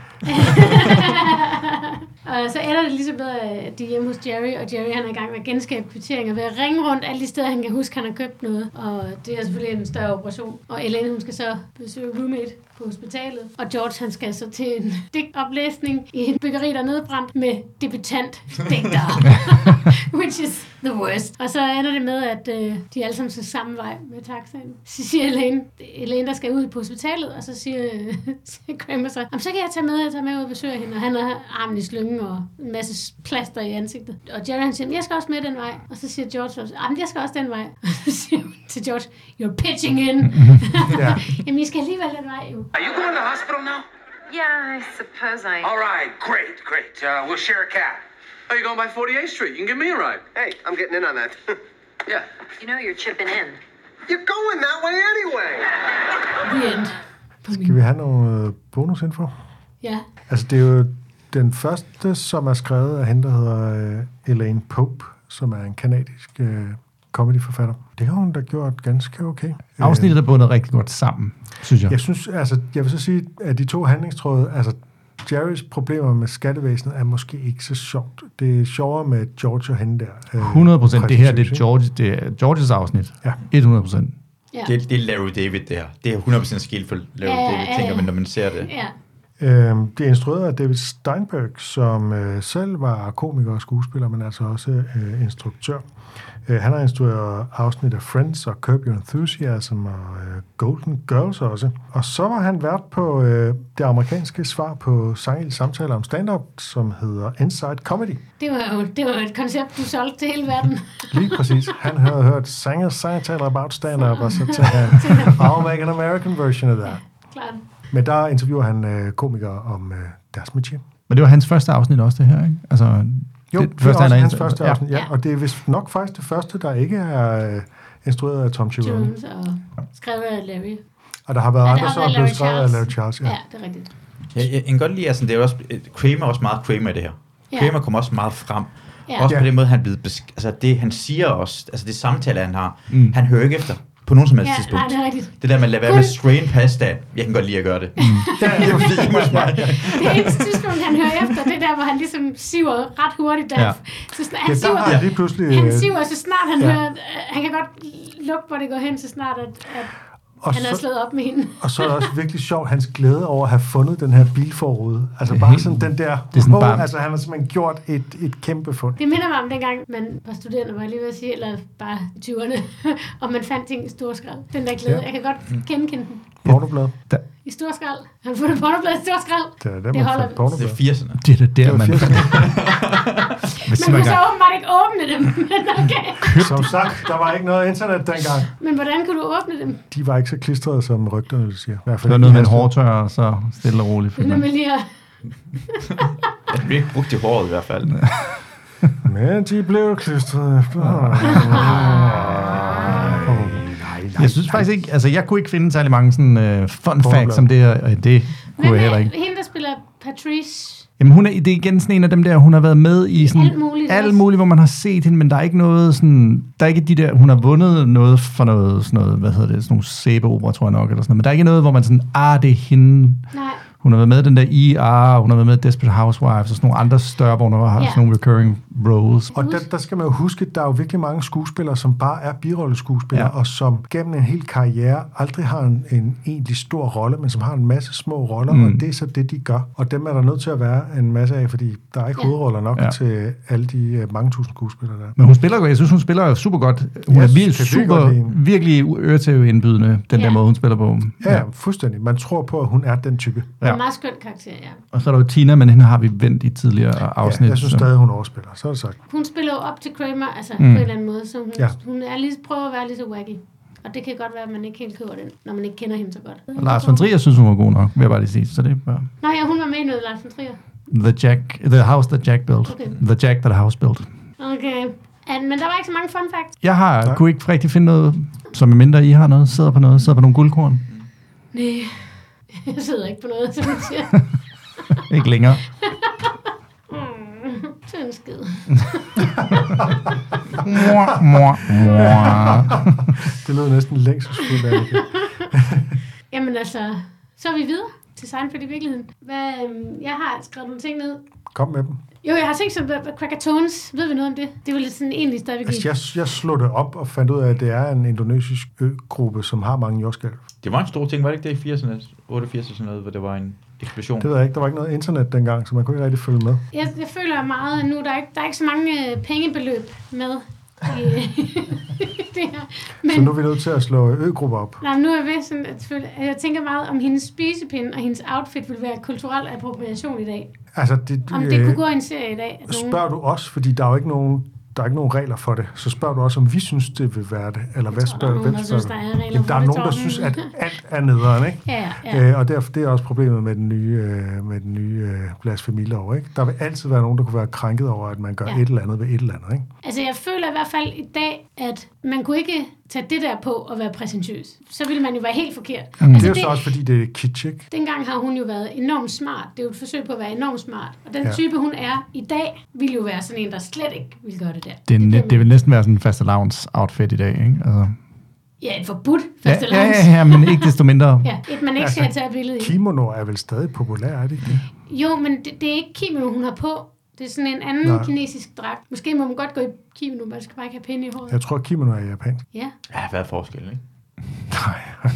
Speaker 2: Og så ender det ligesom med, at de er hjemme hos Jerry, og Jerry han er i gang med at genskabe kvitteringer ved at ringe rundt alle de steder, han kan huske, han har købt noget. Og det er selvfølgelig en større operation. Og Elaine, hun skal så besøge roommate på hospitalet. Og George, han skal så til en digtoplæsning i en byggeri, der er nedbrændt med debutant digter. which is the worst. Og så ender det med, at øh, de alle sammen skal samme vej med taxaen. Så siger Elaine, Elaine der skal ud på hospitalet, og så siger, øh, siger Kramer så, Jamen, så kan jeg tage med, jeg tager med ud og besøger hende. Og han har armen i slyngen og en masse plaster i ansigtet. Og Jerry han siger, "Jamen, jeg skal også med den vej. Og så siger George også, Jamen, jeg skal også den vej. Og så siger hun til George, you're pitching in.
Speaker 1: Ja.
Speaker 2: Jamen, I skal alligevel den vej jo.
Speaker 5: Are you going to the hospital now?
Speaker 6: Yeah, I suppose I.
Speaker 5: All right, great, great. Uh, we'll share a cab. Oh, you're going by 48th Street. You can give me a ride. Hey, I'm getting in on that. yeah.
Speaker 6: You know you're chipping in.
Speaker 5: You're going that way anyway.
Speaker 2: The end.
Speaker 1: Skal vi have nogle øh, bonusinfo?
Speaker 2: Ja.
Speaker 1: Altså, det er jo den første, som er skrevet af hende, der hedder øh, Elaine Pope, som er en kanadisk øh, comedyforfatter. Det har hun da gjort ganske okay.
Speaker 4: Øh. Afsnittet er bundet rigtig godt sammen, synes jeg.
Speaker 1: Jeg synes, altså, jeg vil så sige, at de to handlingstråde, altså Jerrys problemer med skattevæsenet er måske ikke så sjovt. Det er sjovere med George og hende der. øh,
Speaker 4: 100 procent. Det her det er,
Speaker 1: præcis,
Speaker 4: George, det er Georges afsnit.
Speaker 1: Ja.
Speaker 4: 100 procent.
Speaker 2: Ja.
Speaker 3: Det, det er Larry David, det her. Det er 100% skilt for Larry
Speaker 2: Ja,
Speaker 3: David,
Speaker 2: ja,
Speaker 3: tænker
Speaker 2: ja.
Speaker 3: man, når man ser det.
Speaker 2: Ja.
Speaker 1: Øhm, det er instrueret af David Steinberg, som øh, selv var komiker og skuespiller, men altså også øh, instruktør. Øh, han har instrueret afsnit af Friends og Curb Your Enthusiasm og øh, Golden Girls også. Og så var han vært på øh, det amerikanske svar på Sangels samtaler om stand-up, som hedder Inside Comedy.
Speaker 2: Det var jo det var et koncept, du solgte til hele verden.
Speaker 1: Lige præcis. Han havde hørt Sangels samtaler about stand-up, og så tænkte han, I'll make an American version of that.
Speaker 2: Klart.
Speaker 1: Men der interviewer han øh, komikere om øh, deres métier.
Speaker 4: Men det var hans første afsnit også, det her, ikke? Altså,
Speaker 1: Jo, det,
Speaker 4: det,
Speaker 1: det er også
Speaker 4: han er
Speaker 1: hans
Speaker 4: ind-
Speaker 1: første
Speaker 4: ja.
Speaker 1: afsnit, ja.
Speaker 2: Ja.
Speaker 1: Og det er vist nok faktisk det første, der ikke er øh, instrueret af Tom Chirone.
Speaker 2: Jones og skrevet af Larry.
Speaker 1: Og der har været
Speaker 2: Ja, der
Speaker 1: andre,
Speaker 2: har
Speaker 1: som er
Speaker 2: været
Speaker 1: blevet
Speaker 2: Larry
Speaker 1: skrevet af Larry Charles.
Speaker 2: Charles.
Speaker 1: Ja.
Speaker 2: Ja, det er rigtigt.
Speaker 3: Jeg, jeg kan godt lide, at sådan, det er jo også, øh, Kramer er også meget Kramer i det her.
Speaker 2: Ja.
Speaker 3: Kramer kommer også meget frem.
Speaker 2: Ja.
Speaker 3: Også på
Speaker 1: Ja.
Speaker 3: den måde, han er blevet besk- altså det han siger også, altså det samtale, han har, mm. han hører ikke efter på nogen som helst
Speaker 2: Ja,
Speaker 3: tidspunkt.
Speaker 2: nej, det er rigtigt.
Speaker 3: Det der med at lade være med at strain pasta, jeg kan godt lide at gøre det. Mm. ja, det er fordi, det er mig.
Speaker 2: Det eneste tidspunkt, han hører efter, det er der, hvor han ligesom siver ret hurtigt. Der.
Speaker 4: Ja.
Speaker 2: Ja. Så snart, han,
Speaker 1: Ja, der
Speaker 2: siver,
Speaker 1: har jeg lige pludselig...
Speaker 2: han
Speaker 1: øh,
Speaker 2: siver, så snart han
Speaker 1: Ja.
Speaker 2: ja. hører, øh, han kan godt lugte, hvor det går hen, så snart at, at
Speaker 1: og,
Speaker 2: han er
Speaker 1: så,
Speaker 2: slået op med hende.
Speaker 1: og så er det også virkelig sjovt, hans glæde over at have fundet den her bilforrude. Altså bare
Speaker 4: helt-
Speaker 1: sådan den der...
Speaker 4: er sådan
Speaker 1: wow,
Speaker 4: bare-
Speaker 1: Altså han har simpelthen gjort et, et kæmpe fund.
Speaker 2: Det minder mig om dengang, man var studerende, var jeg lige ved at sige, eller bare i 20'erne, og man fandt ting i storskrald. Den der glæde,
Speaker 1: Ja. Mm.
Speaker 2: ja. jeg kan godt genkende den.
Speaker 1: Pornoblad.
Speaker 4: Der,
Speaker 2: I storskrald. Han har fundet pornobladet i storskrald.
Speaker 1: Det er der, man fandt
Speaker 3: Det
Speaker 1: pornoblad.
Speaker 3: er 80'erne.
Speaker 4: det er da der,
Speaker 1: var
Speaker 4: man... Hvis
Speaker 2: Man
Speaker 4: man
Speaker 2: kunne så
Speaker 4: gang,
Speaker 2: åbenbart ikke åbne dem, men okay.
Speaker 1: Som sagt, der var ikke noget internet dengang.
Speaker 2: Men hvordan kunne du åbne dem?
Speaker 1: De var ikke så klistrede, som rygterne siger. I hvert fald
Speaker 4: det var
Speaker 1: ikke
Speaker 4: noget med en
Speaker 1: hans-
Speaker 4: hårdtør, og så stille og roligt.
Speaker 2: Når man lige har...
Speaker 3: Jeg blev ikke brugt i håret i hvert fald.
Speaker 1: Men de blev klistret efter.
Speaker 4: Jeg synes faktisk ikke, altså jeg kunne ikke finde særlig mange sådan uh, fun
Speaker 1: Forblad.
Speaker 4: facts som det her, og det
Speaker 2: Hvem
Speaker 4: kunne jeg heller
Speaker 2: er
Speaker 4: ikke.
Speaker 2: hende, der spiller Patrice?
Speaker 4: Jamen hun er, det er igen sådan en af dem der, hun har været med i sådan
Speaker 2: alt muligt
Speaker 4: alt
Speaker 2: også.
Speaker 4: muligt, hvor man har set hende, men der er ikke noget sådan, der er ikke de der, hun har vundet noget for noget, sådan noget, hvad hedder det, sådan nogle sæbeopera, tror jeg nok, eller sådan noget, men der er ikke noget, hvor man sådan, ah, det er hende.
Speaker 2: Nej.
Speaker 4: Hun har været med i den der ER, hun har været med i Desperate Housewives, og sådan nogle andre større, hvor hun har haft
Speaker 2: Ja.
Speaker 4: sådan nogle recurring roles.
Speaker 1: Og der, der skal man jo huske, at der er jo virkelig mange skuespillere, som bare er birolleskuespillere,
Speaker 4: Ja.
Speaker 1: ja. og som gennem en hel karriere aldrig har en, en egentlig stor rolle, men som har en masse små roller, mm. og det er så det, de gør. Og dem er der nødt til at være en masse af, fordi der er ikke
Speaker 2: Ja.
Speaker 1: hovedroller nok
Speaker 4: Ja.
Speaker 1: ja. til alle de øh, mange tusind skuespillere, der er.
Speaker 4: Men hun spiller, godt. jeg synes, hun spiller super godt. Hun
Speaker 1: Jeg
Speaker 4: er
Speaker 1: kan
Speaker 4: virkelig,
Speaker 1: virkelig godt
Speaker 4: super,
Speaker 1: lide hende.
Speaker 4: virkelig øretæveindbydende, den der
Speaker 2: Ja.
Speaker 4: måde, hun spiller på.
Speaker 1: Ja, ja, fuldstændig. Man tror på, at hun er den type.
Speaker 2: Ja.
Speaker 4: Ja.
Speaker 2: En meget skøn karakter, ja.
Speaker 4: Og så er der jo Tina, men hende har vi vendt i tidligere afsnit.
Speaker 1: Ja, jeg synes
Speaker 4: så-
Speaker 1: stadig, hun overspiller. Så er det sagt.
Speaker 2: Hun spiller jo op til Kramer, altså mm. på en eller anden måde, så hun,
Speaker 1: Ja.
Speaker 2: ja. hun er lige, prøver at være lige så wacky. Og det kan godt være, at man ikke helt køber den, når man ikke kender hende så godt.
Speaker 4: Og Lars von Trier synes, hun var god nok, vil jeg bare lige sige. Så det er bare...
Speaker 2: Nå ja, hun var med i noget Lars von Trier.
Speaker 4: The, Jack, the House That Jack Built.
Speaker 2: Okay.
Speaker 4: The Jack That House Built.
Speaker 2: Okay. And, men der var ikke så mange fun facts.
Speaker 4: Jeg har,
Speaker 1: Tak.
Speaker 4: kunne ikke rigtig finde noget, som er mindre I har noget, sidder på noget, sidder på nogle guldkorn.
Speaker 2: Nej. Jeg sidder ikke på noget, som man siger.
Speaker 4: Ikke længere.
Speaker 2: Tynd skid.
Speaker 4: Mor, mor, mor.
Speaker 1: Det lød næsten længselsfuldt af det.
Speaker 2: Jamen altså, så er vi videre til Seinfeld i virkeligheden. Hvad, øhm, jeg har skrevet nogle ting ned.
Speaker 1: Kom med dem.
Speaker 2: Jo, jeg har tænkt som Krakatones. Ved vi noget om det? Det er jo lidt sådan egentlig stadigvæk...
Speaker 1: Altså, jeg, jeg slog det op og fandt ud af, at det er en indonesisk øgruppe, som har mange jordskælv.
Speaker 3: Det var en stor ting, var det ikke det i 80'erne, 88 og sådan noget, hvor det var en eksplosion?
Speaker 1: Det ved jeg ikke. Der var ikke noget internet dengang, så man kunne ikke rigtig følge med.
Speaker 2: Jeg, jeg føler meget nu, der er ikke, der er ikke så mange øh, pengebeløb med i det her. Men,
Speaker 1: Så nu er vi nødt til at slå øgrupper op.
Speaker 2: nej, men nu er jeg ved sådan, at føle- at jeg tænker meget om hendes spisepinde og hendes outfit vil være kulturel appropriation i dag.
Speaker 1: Altså, det,
Speaker 2: Om det kunne gå i en serie i dag. at nogen-
Speaker 1: spørger du os, fordi der er jo ikke nogen, der er ikke nogen regler for det. Så spørger du også, om vi synes, det vil være det. Eller hvad
Speaker 2: tror, der er
Speaker 1: spørger,
Speaker 2: nogen,
Speaker 1: hvem
Speaker 2: der
Speaker 1: spørger
Speaker 2: synes,
Speaker 1: du?
Speaker 2: der er regler
Speaker 1: Jamen,
Speaker 2: for
Speaker 1: der er
Speaker 2: det,
Speaker 1: nogen, der
Speaker 2: Torben.
Speaker 1: synes, at alt er nederen, ikke?
Speaker 2: Ja, ja.
Speaker 1: Øh, og derfor, det er også problemet med den nye, øh, med den nye øh, blasfemilov, ikke? Der vil altid være nogen, der kunne være krænket over, at man gør
Speaker 2: Ja.
Speaker 1: ja. et eller andet ved et eller andet, ikke?
Speaker 2: Altså, jeg føler i hvert fald i dag, at man kunne ikke tage det der på og være præsentøs. Så ville man jo være helt forkert. Mm.
Speaker 1: Det
Speaker 2: Altså,
Speaker 1: er jo så også, fordi det er kitsch, ikke?
Speaker 2: dengang har hun jo været enormt smart. Det er jo et forsøg på at være enormt smart. Og den ja.
Speaker 1: Ja.
Speaker 2: type, hun er i dag, ville jo være sådan en, der slet ikke ville gøre det der.
Speaker 4: Det, er
Speaker 2: bliver
Speaker 4: net, det
Speaker 2: man-
Speaker 4: vil næsten være sådan en faste outfit i dag, ikke? Altså,
Speaker 2: Ja, et forbudt
Speaker 4: ja,
Speaker 2: første
Speaker 4: ja, ja, ja, men ikke desto mindre.
Speaker 2: Ja, et man ikke skal
Speaker 1: Altså,
Speaker 2: tage et billede i.
Speaker 1: Kimono er vel stadig populær, er det ikke det?
Speaker 2: Jo, men det, det er ikke kimono, hun har på. Det er sådan en anden Nej.
Speaker 1: Nej.
Speaker 2: kinesisk dragt. Måske må man godt gå i kimono, man skal bare ikke have pinde i håret. Ja.
Speaker 1: Jeg tror, kimono er japansk.
Speaker 2: ja.
Speaker 3: Ja, hvad er forskellen, ikke?
Speaker 1: Nej.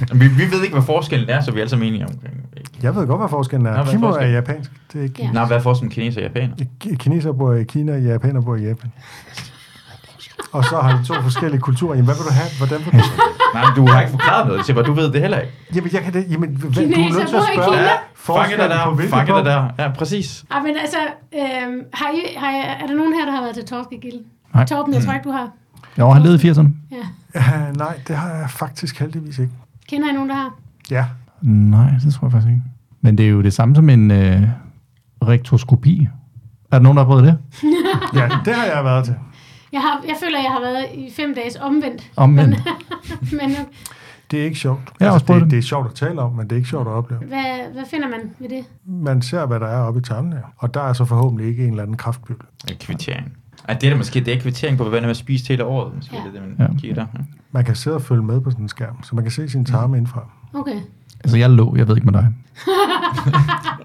Speaker 3: Men Vi, vi ved ikke, hvad forskellen er, så vi er alle sammen enige omkring det.
Speaker 1: Jeg ved godt, hvad forskellen
Speaker 3: Nå,
Speaker 1: er.
Speaker 3: hvad er
Speaker 1: Kimono er
Speaker 3: forskellen?
Speaker 1: japansk. Det er ikke...
Speaker 2: Ja.
Speaker 1: Ja.
Speaker 3: Nej, hvad er forskellen kineser og japaner?
Speaker 1: Kineser bor i Kina, japaner bor i Japan. Og så har de to forskellige kulturer. Jamen, hvad vil du have? Hvordan vil du...
Speaker 3: Nej, men du har ikke forklaret noget, Sipper. Du ved det heller ikke.
Speaker 1: Jamen, jeg kan det... Jamen, hvad, du er
Speaker 2: Kineser
Speaker 1: nødt til at
Speaker 2: bor i
Speaker 1: spørge...
Speaker 2: Kina.
Speaker 3: Ja, fange
Speaker 1: forskellen på
Speaker 3: dig der,
Speaker 1: hvilke
Speaker 3: fange dig
Speaker 1: punkt?
Speaker 3: der. Ja, præcis.
Speaker 2: Ej, men altså, øhm, har I, har I, er der nogen her, der har været til Torskegilden?
Speaker 4: Nej.
Speaker 2: Torben, jeg tror ikke, du har.
Speaker 4: Jo, han levede i 80'erne.
Speaker 2: Ja.
Speaker 1: Ja, nej, det har jeg faktisk heldigvis ikke.
Speaker 2: Kender I nogen, der har?
Speaker 1: Ja,
Speaker 4: Nej, det tror jeg faktisk ikke. Men det er jo det samme som en øh, rektoskopi. Er der nogen, der har prøvet det?
Speaker 1: ja det har jeg været til.
Speaker 2: Jeg, har, jeg føler, jeg har været i fem dages omvendt.
Speaker 4: Omvendt.
Speaker 2: Men
Speaker 1: Det er ikke sjovt. Altså,
Speaker 4: har også prøvet
Speaker 1: det,
Speaker 4: det.
Speaker 1: det er sjovt at tale om, men det er ikke sjovt at opleve.
Speaker 2: hvad, hvad finder man ved det?
Speaker 1: Man ser, hvad der er oppe i tarmene, og der er så forhåbentlig ikke en eller anden kraftbyld.
Speaker 3: En kvittering. Ej, det er da måske, det er kvittering på, hvad man har spist hele året. Måske
Speaker 2: Ja.
Speaker 3: ja. det, er det, man
Speaker 4: Ja.
Speaker 3: ja. kigger der. Ja.
Speaker 1: Man kan sidde og følge med på sådan en skærm, så man kan se sin
Speaker 4: Mm.
Speaker 1: tarme indfra.
Speaker 2: Okay.
Speaker 4: Altså, jeg lå, jeg ved ikke med dig.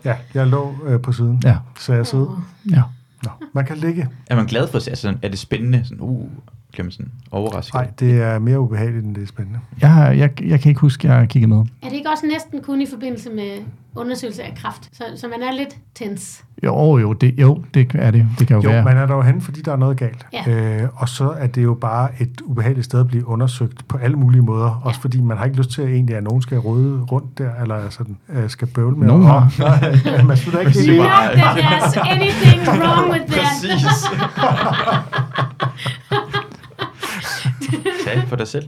Speaker 1: Ja, jeg lå øh, på siden,
Speaker 4: Ja.
Speaker 1: så jeg sidder.
Speaker 4: Ja.
Speaker 1: Nå, man kan ligge.
Speaker 3: Er man glad for, altså, er det spændende? Sådan, uh, bliver man sådan overrasket?
Speaker 1: Nej, det er mere ubehageligt, end det er spændende.
Speaker 4: Jeg, har, jeg, jeg kan ikke huske, jeg har kigget med.
Speaker 2: Er det ikke også næsten kun i forbindelse med undersøgelse af kraft? Så, så man er lidt tens.
Speaker 4: Jo, jo, det, jo, det er det. Det kan jo,
Speaker 1: Jo,
Speaker 4: være.
Speaker 1: man er der jo hen, fordi der er noget galt.
Speaker 2: Ja.
Speaker 1: Øh, og så er det jo bare et ubehageligt sted at blive undersøgt på alle mulige måder. Også fordi man har ikke lyst til at egentlig, at nogen skal rode rundt der, eller sådan, øh, skal bøvle med.
Speaker 4: Nogen
Speaker 1: Åh,
Speaker 4: har.
Speaker 1: nej, man slutter ikke helt
Speaker 3: Præcis.
Speaker 1: ind.
Speaker 2: Not that there's anything wrong with that.
Speaker 3: Præcis. Tal for dig selv.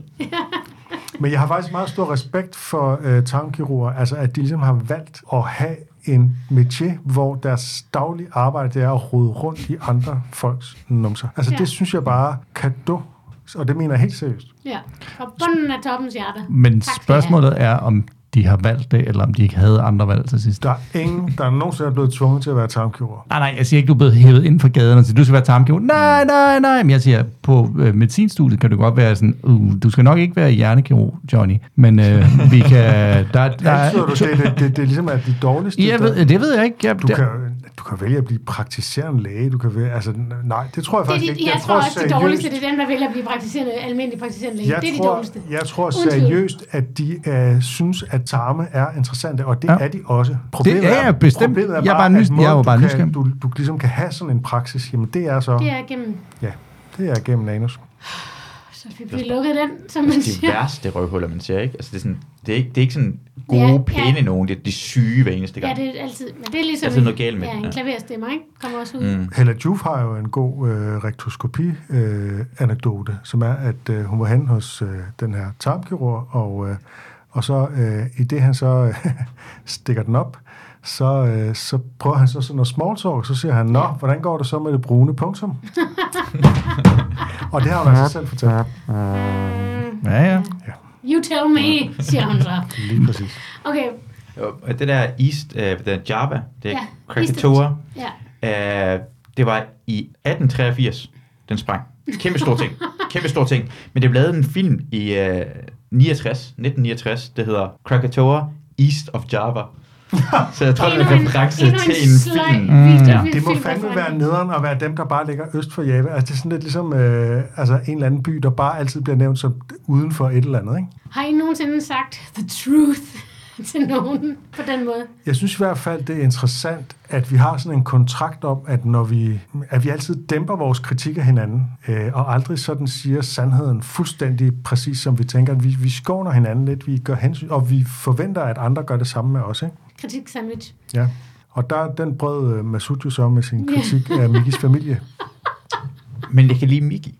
Speaker 1: Men jeg har faktisk meget stor respekt for øh, tarmkirurger, altså at de ligesom har valgt at have en metier, hvor deres daglige arbejde det er at rode rundt i andre folks numser. Altså
Speaker 2: Ja.
Speaker 1: ja. det synes jeg bare kado, og det mener jeg helt seriøst.
Speaker 2: Ja, fra bunden af toppens hjerte.
Speaker 4: Men
Speaker 2: Tak skal I have.
Speaker 4: spørgsmålet er, om de har valgt det, eller om de ikke havde andre valg til sidst.
Speaker 1: Der er ingen, der er nogensinde er blevet tvunget til at være tarmkirurg.
Speaker 4: Nej, nej, jeg siger ikke, du er blevet hævet ind for gaden og siger, du skal være tarmkirurg. Nej, nej, nej. Men jeg siger, på øh, medicinstudiet kan det godt være sådan, uh, du skal nok ikke være hjernekirurg, Johnny. Men øh, vi kan... Der, der,
Speaker 1: Altid er du det, det, det, det er ligesom at de dårligste.
Speaker 4: jeg
Speaker 1: der-
Speaker 4: ved, det ved jeg ikke. Jeg,
Speaker 1: du, kan, du kan vælge at blive praktiserende læge. Du kan vælge, altså, nej, det tror jeg
Speaker 2: Det er
Speaker 1: faktisk
Speaker 2: de,
Speaker 1: ikke.
Speaker 2: jeg, tror også, det
Speaker 1: seriøst-
Speaker 2: dårligste, det er dem, der vælger at blive praktiserende, almindelig praktiserende læge.
Speaker 1: Jeg
Speaker 2: Det er de
Speaker 1: tror,
Speaker 2: dårligste.
Speaker 1: jeg tror
Speaker 2: Uden tvivl.
Speaker 1: seriøst, at de øh, synes, at tarme er interessante, og det
Speaker 4: Ja.
Speaker 1: ja. er de også.
Speaker 4: Det er jeg bestemt.
Speaker 1: Problemet
Speaker 4: Jeg er bare
Speaker 1: at
Speaker 4: nys- jeg
Speaker 1: måden,
Speaker 4: er jo bare
Speaker 1: du
Speaker 4: nysgerrig.
Speaker 1: Kan, du, du ligesom kan have sådan en praksis, jamen det er så,
Speaker 2: Det
Speaker 1: det er,
Speaker 2: er gennem...
Speaker 1: ja, det er gennem anus.
Speaker 2: Så vi bliver lukket den, som man
Speaker 3: De
Speaker 2: siger.
Speaker 3: værste røvhuller, man ser, ikke? Altså, det er, sådan, det er, ikke, det er ikke sådan
Speaker 2: Ja,
Speaker 3: gode,
Speaker 2: ja.
Speaker 3: ja, pæne nogen. Det er de syge hver eneste
Speaker 2: Ja,
Speaker 3: gang.
Speaker 2: det er altid. Men det er ligesom
Speaker 3: Altid noget galt med
Speaker 2: ja,
Speaker 3: den,
Speaker 2: en
Speaker 3: ja.
Speaker 2: klaverstemmer, ikke? Kommer også ud. Mm.
Speaker 1: Hella Juf har jo en god øh, rektoskopi-anekdote, som er, at øh, hun var henne hos øh, den her tarmkirurg, og, øh, og så øh, i det, han så øh, stikker den op, så, øh, så prøver han så sådan noget small talk, så siger han, Nå, hvordan går det så med det brune punktum? og det har hun altså selv fortalt.
Speaker 4: Ja, ja.
Speaker 2: You tell
Speaker 3: Mm.
Speaker 2: me, siger hun så.
Speaker 1: Lige præcis.
Speaker 2: Okay,
Speaker 3: Og det der East, øh, den Java,
Speaker 2: Ja,
Speaker 3: det er ja,
Speaker 2: East-
Speaker 3: Krakatoa,
Speaker 2: ja.
Speaker 3: Øh, det var i 1883, den sprang. Kæmpe stor ting. Kæmpe stor ting. Men det blev lavet en film i øh, 69, 1969, det hedder Krakatoa East of Java. Så jeg tror, det er
Speaker 2: Endnu
Speaker 3: en reference
Speaker 2: endnu
Speaker 3: til en
Speaker 2: sløj
Speaker 3: film.
Speaker 2: videofilm-
Speaker 1: Det må
Speaker 2: film-
Speaker 1: fandme være
Speaker 2: reference.
Speaker 1: nederen at være dem, der bare ligger øst for Java. Altså, det er sådan lidt ligesom øh, altså, en eller anden by, der bare altid bliver nævnt som uden for et eller andet. Ikke?
Speaker 2: Har I nogensinde sagt the truth til nogen på den måde?
Speaker 1: Jeg synes i hvert fald, det er interessant, at vi har sådan en kontrakt om, at, når vi, at vi altid dæmper vores kritik af hinanden, øh, og aldrig sådan siger sandheden fuldstændig præcis, som vi tænker. Vi, vi skåner hinanden lidt, vi gør hensyn, og vi forventer, at andre gør det samme med os. Ikke?
Speaker 2: Kritik sandwich.
Speaker 1: Ja. Og der, den brød øh, Masud jo så med sin kritik af Mikkis familie.
Speaker 3: Men jeg kan lide Miki.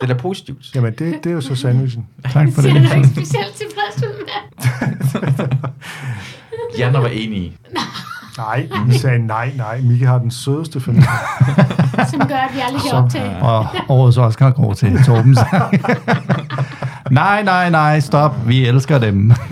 Speaker 3: Det er da positivt.
Speaker 1: Jamen, det, det er jo så sandwichen.
Speaker 4: Tak for
Speaker 2: Det
Speaker 4: det.
Speaker 2: ser du ikke specielt tilfreds ud med.
Speaker 3: De andre var enige.
Speaker 1: Nej, vi sagde nej, nej. Mikke har den sødeste familie.
Speaker 2: Som gør, at vi aldrig kan optage.
Speaker 4: Og årets Oscar går til Torben. nej, nej, nej, stop. Vi elsker dem.
Speaker 2: Har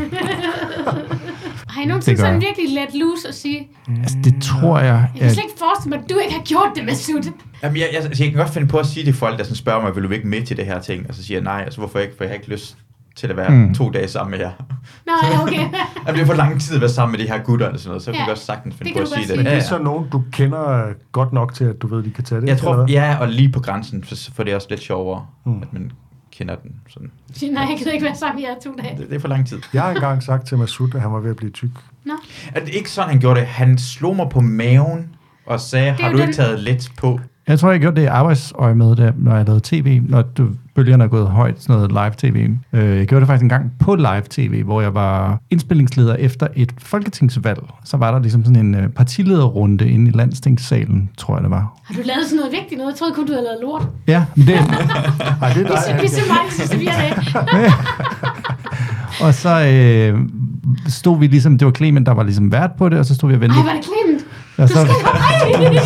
Speaker 2: I nogensinde
Speaker 4: Det gør
Speaker 2: sådan
Speaker 4: jeg.
Speaker 2: virkelig let loose og sige,
Speaker 4: altså, det tror jeg...
Speaker 2: jeg kan slet ikke forestille mig, at du ikke har gjort det, Masud.
Speaker 3: Jamen, jeg, jeg, altså, jeg kan godt finde på at sige til folk, der sådan spørger mig, vil du ikke med til det her ting? Og så siger jeg nej, altså hvorfor ikke? For jeg har ikke lyst til at være mm. to dage sammen med jer.
Speaker 2: Nå, ja, okay.
Speaker 3: Jeg bliver for lang tid at være sammen med de her gutter eller sådan noget, så
Speaker 2: Ja,
Speaker 3: ja. kan jeg godt sagtens finde
Speaker 2: det
Speaker 3: på
Speaker 2: kan
Speaker 3: at
Speaker 2: du
Speaker 3: sige
Speaker 2: godt sige.
Speaker 3: det.
Speaker 1: Men
Speaker 3: Ja,
Speaker 1: det
Speaker 3: ja.
Speaker 1: er så nogen, du kender øh, godt nok til, at du ved, de kan tage det.
Speaker 3: Jeg
Speaker 1: ikke, eller
Speaker 3: tror,
Speaker 1: hvad?
Speaker 3: ja, og lige på grænsen, for, for det er også lidt sjovere, mm. at man kender den. Sådan.
Speaker 2: Sige, Nej, jeg gider ikke være sammen med jer i to dage.
Speaker 3: Det, det er for lang tid.
Speaker 1: Jeg har engang sagt til Masud, at han var ved at blive tyk.
Speaker 2: Nå,
Speaker 3: Er det ikke sådan, han gjorde det? Han slog mig på maven og sagde,
Speaker 2: er
Speaker 3: har
Speaker 2: jo
Speaker 3: du ikke
Speaker 2: den-
Speaker 3: taget let på?
Speaker 4: Jeg tror, jeg gjorde det i arbejdsøje med, da, når jeg lavede tv, når du, bølgerne er gået højt, sådan noget live-tv. Øh, jeg gjorde det faktisk en gang på live-tv, hvor jeg var indspillingsleder efter et folketingsvalg. Så var der ligesom sådan en øh, partilederrunde inde i landstingssalen, tror jeg det var.
Speaker 2: har du lavet sådan noget vigtigt noget? Jeg troede kun, du havde lavet lort.
Speaker 4: Ja, men det,
Speaker 1: Ej, det er
Speaker 2: Det er
Speaker 1: dig.
Speaker 2: så meget de sidste fire dage.
Speaker 4: og så øh, stod vi ligesom, det var Clement, der var ligesom vært på det, og så stod vi og
Speaker 2: Ej,
Speaker 4: ventede.
Speaker 2: var det klemt.
Speaker 4: Og så,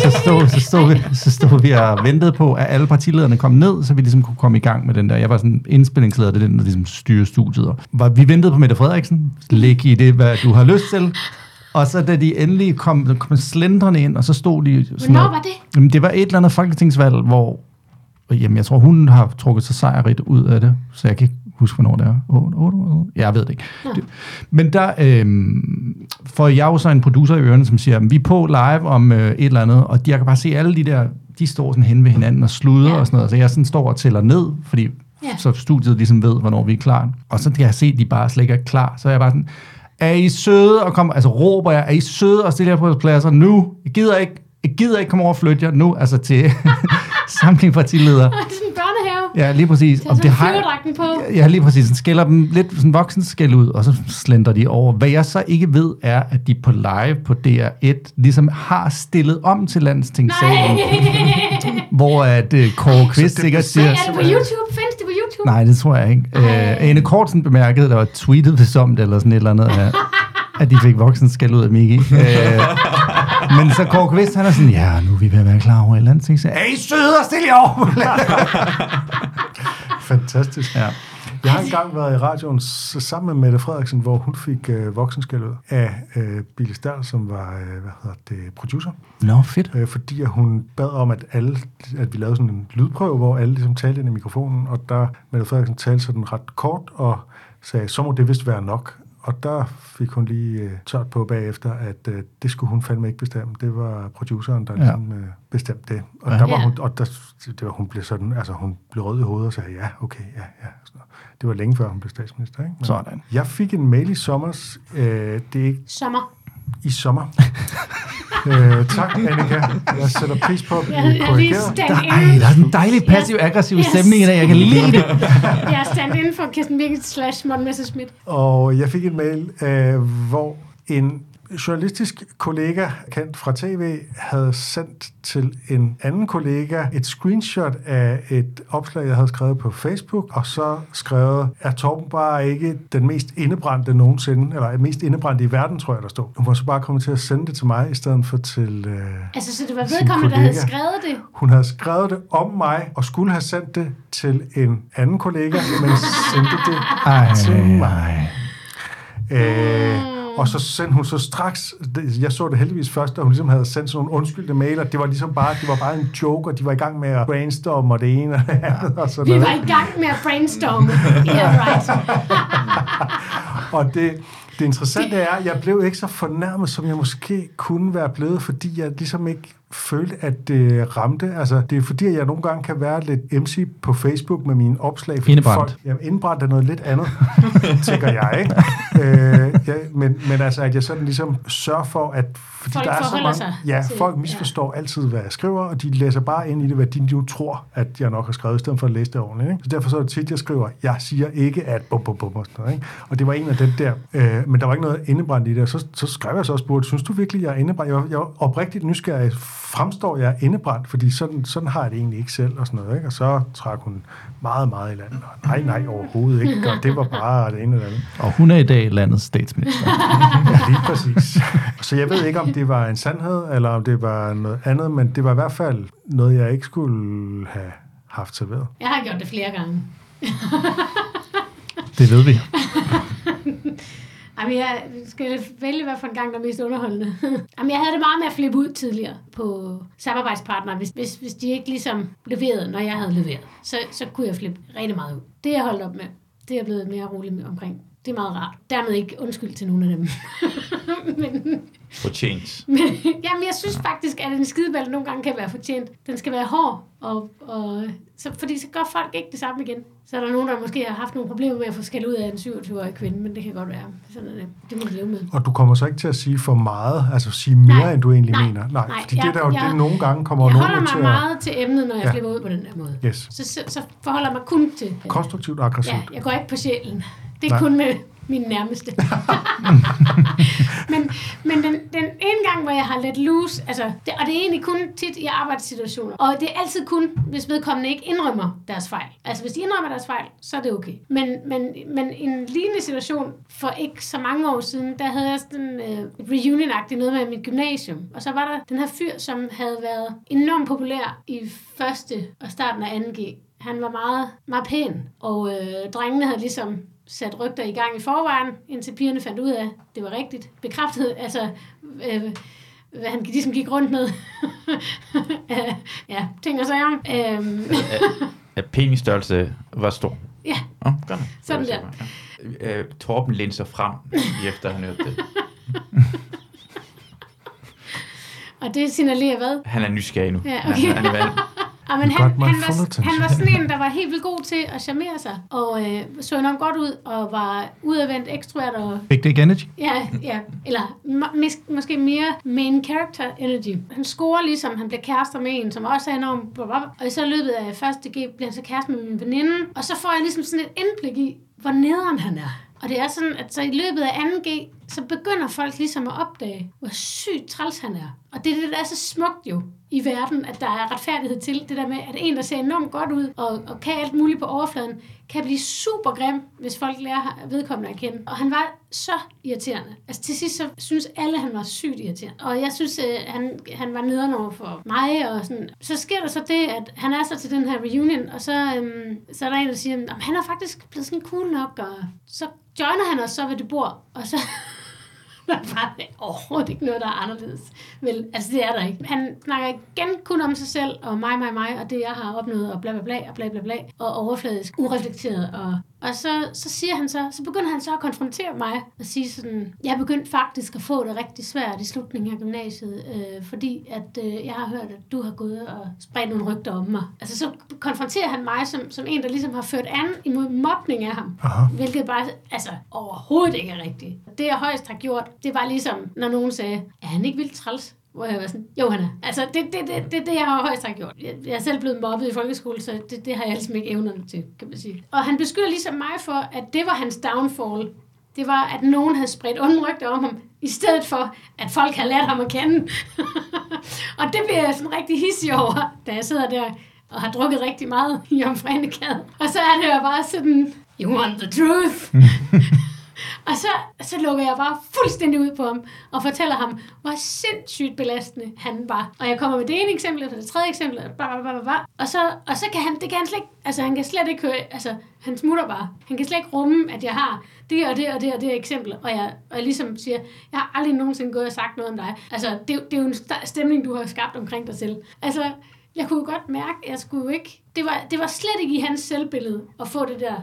Speaker 4: så, stod, så, stod vi, så stod vi og ventede på, at alle partilederne kom ned, så vi ligesom kunne komme i gang med den der. Jeg var sådan indspillingsleder, det er den, der ligesom styrer studiet. Og var, vi ventede på Mette Frederiksen. Læg i det, hvad du har lyst til. Og så da de endelig kom, kom slendrende ind, og så stod de... Sådan
Speaker 2: Hvornår
Speaker 4: noget-
Speaker 2: var det?
Speaker 4: Jamen, det var et eller andet folketingsvalg, hvor... Jamen, jeg tror, hun har trukket sig sejrigt ud af det, så jeg kan ikke huske, hvornår det er. 8, 8, 8. Jeg ved det ikke. Det, men der øh, får jeg jo så en producer i ørerne, som siger, vi er på live om øh, et eller andet, og jeg kan bare se alle de der, de står sådan hen ved hinanden og sluder
Speaker 2: Ja.
Speaker 4: ja. og sådan noget, så jeg sådan står og tæller ned, fordi
Speaker 2: Ja.
Speaker 4: ja. så studiet ligesom ved, hvornår vi er klar. Og så kan jeg se, at de bare slet ikke er klar, så er jeg bare sådan, er I søde og kom, altså råber jeg, er I søde og stille jer på jeres pladser nu? Jeg gider ikke, jeg gider ikke komme over og flytte jer nu, altså til samtlige partiledere.
Speaker 2: Det er sådan en børnehave.
Speaker 4: Ja, lige præcis.
Speaker 2: Tag så
Speaker 4: jeg-
Speaker 2: flyverdragten på.
Speaker 4: Ja, lige præcis. Sådan skælder dem lidt sådan voksen skæld ud, og så slender de over. Hvad jeg så ikke ved, er, at de på live på DR1 ligesom har stillet om til landstingssalen,
Speaker 2: Nej.
Speaker 4: hvor at uh, Kåre Kvist sikkert siger...
Speaker 2: Er det Øh, på YouTube? Findes det på YouTube?
Speaker 4: Nej, det tror jeg ikke. Øh, Ane Kortsen bemærkede, der var tweetet hvis om det, eller sådan et eller andet, at, at de fik voksen skæld ud af Miki. Øh, men så Kåre Kvist, han er sådan, ja, nu er vi ved at være klar over et eller andet ting. Så, er I søde og stille jer over?
Speaker 1: Fantastisk.
Speaker 4: ja.
Speaker 1: Jeg har engang været i radioen s- sammen med Mette Frederiksen, hvor hun fik øh, voksenskældud af øh, Bille Stær, som var øh, hvad hedder det, producer,
Speaker 4: Nå, fedt.
Speaker 1: øh, fordi at hun bad om, at, alle, at vi lavede sådan en lydprøve, hvor alle ligesom talte ind i mikrofonen, og der Mette Frederiksen talte sådan ret kort og sagde, så må det vist være nok. Og der fik hun lige øh, tørt på bagefter, at øh, det skulle hun fandme ikke bestemme. Det var produceren, der ja.
Speaker 4: Ja.
Speaker 1: ligesom, øh, bestemte det. Og der var
Speaker 2: Ja.
Speaker 1: hun, og der, det var, hun blev sådan, altså hun blev rød i hovedet og sagde, ja, okay, ja, ja. Sådan noget. Det var længe før hun blev statsminister, ikke? Men
Speaker 4: Sådan.
Speaker 1: Jeg fik en mail i sommer, øh, det er ikke
Speaker 2: Sommer.
Speaker 1: i sommer. øh, tak, Annika. Jeg sætter pris på, at
Speaker 2: Jeg, jeg
Speaker 1: blive
Speaker 2: er lige
Speaker 1: korrigeret.
Speaker 2: stand
Speaker 4: Ej,
Speaker 2: in.
Speaker 4: der er sådan en dejlig passiv-aggressiv
Speaker 2: Yes.
Speaker 4: stemning i dag. Jeg kan lide det.
Speaker 2: Jeg er stand in for Kirsten Birgit slash Morten Messerschmidt.
Speaker 1: Og jeg fik en mail, øh, hvor en journalistisk kollega, kendt fra tv, havde sendt til en anden kollega et screenshot af et opslag, jeg havde skrevet på Facebook, og så skrevet, er Torben bare ikke den mest indebrændte nogensinde, eller mest indebrændte i verden, tror jeg, der stod. Hun var så bare kommet til at sende det til mig, i stedet for til... Øh,
Speaker 2: Altså, så det var
Speaker 1: Sin
Speaker 2: vedkommende, der havde
Speaker 1: kollega.
Speaker 2: skrevet det.
Speaker 1: Hun havde skrevet det om mig, og skulle have sendt det til en anden kollega, men sendte det
Speaker 4: Ej,
Speaker 1: til mig.
Speaker 4: ej.
Speaker 1: Øh, og så sendte hun så straks, det- jeg så det heldigvis først, da hun ligesom havde sendt sådan nogle undskyldte mailer. Det var ligesom bare, det var bare en joke, og de var i gang med at brainstorme og det ene og det andet. Og, sådan
Speaker 2: Vi
Speaker 1: noget.
Speaker 2: var i gang med at brainstorme. Yeah, right.
Speaker 1: og det, Det interessante er, at jeg blev ikke så fornærmet, som jeg måske kunne være blevet, fordi jeg ligesom ikke følte, at det ramte. Altså, det er fordi, at jeg nogle gange kan være lidt MC på Facebook med mine opslag. fordi
Speaker 4: Indebrændt.
Speaker 1: jamen, indbrændt er noget lidt andet, tænker jeg, ikke? Øh, ja, men, men altså, at jeg sådan ligesom sørger for, at... Fordi
Speaker 2: Folk forholder sig
Speaker 1: Ja,
Speaker 2: til-
Speaker 1: folk
Speaker 2: ja.
Speaker 1: misforstår altid, hvad jeg skriver, og de læser bare ind i det, hvad de nu tror, at jeg nok har skrevet, i stedet for at læse det ordentligt. Ikke? Så derfor så er det tit, jeg skriver, jeg siger ikke, at bum, bum, bum, og sådan noget. Ikke? Og det var en af dem der. Øh, men der var ikke noget indebrændt i det, og så, så skrev jeg så også spurgte, synes du virkelig, jeg er indebrændt? Jeg var, jeg var oprigtigt nysgerrig. Fremstår jeg indebrændt? Fordi sådan, sådan har jeg det egentlig ikke selv, og sådan noget. Ikke? Og så trak hun meget, meget i land. Og nej, nej, overhovedet ikke. Og det var bare det ene eller andet.
Speaker 4: Og hun er i dag landets statsminister.
Speaker 1: Ja, lige præcis. Så jeg ved ikke, om det var en sandhed, eller om det var noget andet, men det var i hvert fald noget, jeg ikke skulle have haft serveret.
Speaker 2: Jeg har gjort det flere gange.
Speaker 4: Det ved vi.
Speaker 2: Jamen, jeg skal vælge, hvad for en gang, der er mest underholdende. Jamen, jeg havde det meget med at flippe ud tidligere på samarbejdspartnere, hvis, hvis, hvis de ikke ligesom leverede, når jeg havde leveret. Så, så kunne jeg flippe rigtig meget ud. Det er jeg holdt op med. Det er jeg blevet mere rolig med omkring. Det er meget rart. Dermed ikke undskyld til nogen af dem. men,
Speaker 3: Fortjent.
Speaker 2: men jamen, jeg synes faktisk, at en skideball nogle gange kan være fortjent. Den skal være hård, og, og, så, fordi så gør folk ikke det samme igen. Så er der nogen, der måske har haft nogle problemer med at få skæld ud af en 27-årig kvinde, men det kan godt være. Sådan er det. Det må vi leve med.
Speaker 1: Og du kommer så ikke til at sige for meget, altså sige mere, nej,
Speaker 2: Nej,
Speaker 1: end du egentlig
Speaker 2: nej,
Speaker 1: mener. Nej,
Speaker 2: nej,
Speaker 1: fordi
Speaker 2: jeg-
Speaker 1: det der jo
Speaker 2: jeg-
Speaker 1: det, nogle gange kommer
Speaker 2: Jeg
Speaker 1: nogen
Speaker 2: holder
Speaker 1: jo
Speaker 2: mig
Speaker 1: til at...
Speaker 2: meget til emnet, når jeg
Speaker 1: Ja.
Speaker 2: ja. flipper ud på den der måde.
Speaker 1: Yes.
Speaker 2: Så, så, så forholder jeg mig kun til...
Speaker 1: Konstruktivt og aggressivt.
Speaker 2: Ja, jeg går ikke på sjælen. Det
Speaker 1: Nej.
Speaker 2: er Nej. kun med min nærmeste. men men den, den ene gang, hvor jeg har let loose, altså, det, og det er egentlig kun tit i arbejdssituationer, og det er altid kun, hvis vedkommende ikke indrømmer deres fejl. Altså, hvis de indrømmer deres fejl, så er det okay. Men, men, men en lignende situation for ikke så mange år siden, der havde jeg sådan øh, reunion-agtigt noget med mit gymnasium, og så var der den her fyr, som havde været enormt populær i første og starten af 2G, han var meget, meget pæn, og øh, drengene havde ligesom sat rygter i gang i forvejen, indtil pigerne fandt ud af, at det var rigtigt. Bekræftet, altså, øh, hvad han ligesom gik rundt med. Øh, ja, ting og sager. Øh,
Speaker 3: At penisstørrelse var stor.
Speaker 2: ja,
Speaker 3: Oh, godt. nok.
Speaker 2: Sådan
Speaker 3: Det var sikkert, ja. Øh, Torben lænede sig frem, lige efter han hørte det.
Speaker 2: og det signalerer hvad?
Speaker 3: Han er nysgerrig nu.
Speaker 2: Ja,
Speaker 3: Han,
Speaker 2: okay.
Speaker 3: han er vant.
Speaker 2: Og men han,
Speaker 1: Godt, man
Speaker 2: han,
Speaker 1: får
Speaker 2: var,
Speaker 1: attention.
Speaker 2: han var sådan en, der var helt vildt god til at charmere sig, og øh, så enormt godt ud, og var udadvendt ekstrovert og
Speaker 4: Fik det ikke energy?
Speaker 2: Ja, ja. Eller må- mis- måske mere main character energy. Han scorer ligesom, han bliver kærester med en, som også er enormt... blah, blah, blah. Og så i løbet af første G bliver han så kærester med min veninde. Og så får jeg ligesom sådan et indblik i, hvor nederen han er. Og det er sådan, at så i løbet af 2G, så begynder folk ligesom at opdage, hvor sygt træls han er. Og det er det, der er så smukt jo i verden, at der er retfærdighed til det der med, at en, der ser enormt godt ud og, og kan alt muligt på overfladen, kan blive super grim, hvis folk lærer vedkommende at kende. Og han var så irriterende. Altså til sidst så synes alle, han var sygt irriterende. Og jeg synes, øh, han, han var nederen over for mig. Og sådan. Så sker der så det, at han er så til den her reunion, og så, øhm, så er der en, der siger, at han er faktisk blevet sådan cool nok. Og så joiner han os så ved det bord, og så der er bare overhovedet ikke noget, der er anderledes. Vel, altså det er der ikke. Han snakker igen kun om sig selv, og mig, mig, mig, og det, jeg har opnået, og bla, bla, bla, og bla, bla, bla, og overfladisk, ureflekteret. Og, og så, så siger han så, så begynder han så at konfrontere mig og sige sådan, jeg begyndte faktisk at få det rigtig svært i slutningen af gymnasiet, øh, fordi at øh, jeg har hørt, at du har gået og spredt nogle rygter om mig. Altså så konfronterer han mig som, som en, der ligesom har ført an imod mobning af ham.
Speaker 1: Aha.
Speaker 2: Hvilket bare altså, overhovedet ikke er rigtigt. Det, jeg højst har gjort, det var ligesom, når nogen sagde, er han ikke vildt træls? Hvor jeg var sådan, jo han er. Altså, det er det, det, det, det, jeg har højst har gjort. Jeg, jeg er selv blevet mobbet i folkeskole, så det, det har jeg altså ikke evnerne til, kan man sige. Og han beskylder ligesom mig for, at det var hans downfall. Det var, at nogen havde spredt ondrygter om ham, i stedet for, at folk havde lært ham at kende. og det bliver jeg sådan rigtig hissig over, da jeg sidder der og har drukket rigtig meget i omfrænekade. Og så er det jo bare sådan, you want the truth. og så, så lukker jeg bare fuldstændig ud på ham, og fortæller ham, hvor sindssygt belastende han var. Og jeg kommer med det ene eksempel, og det tredje eksempel, og, bla, bla, bla, bla, bla. og, så, og så kan han, det kan han slet ikke, altså han kan slet ikke høre, altså han smutter bare. Han kan slet ikke rumme, at jeg har det og det og det og det eksempel, og jeg, og jeg ligesom siger, jeg har aldrig nogensinde gået og sagt noget om dig. Altså, det, er jo- det er jo en sta- stemning, du har skabt omkring dig selv. Altså, jeg kunne godt mærke, at jeg skulle jo ikke... Det var, det var slet ikke i hans selvbillede at få det der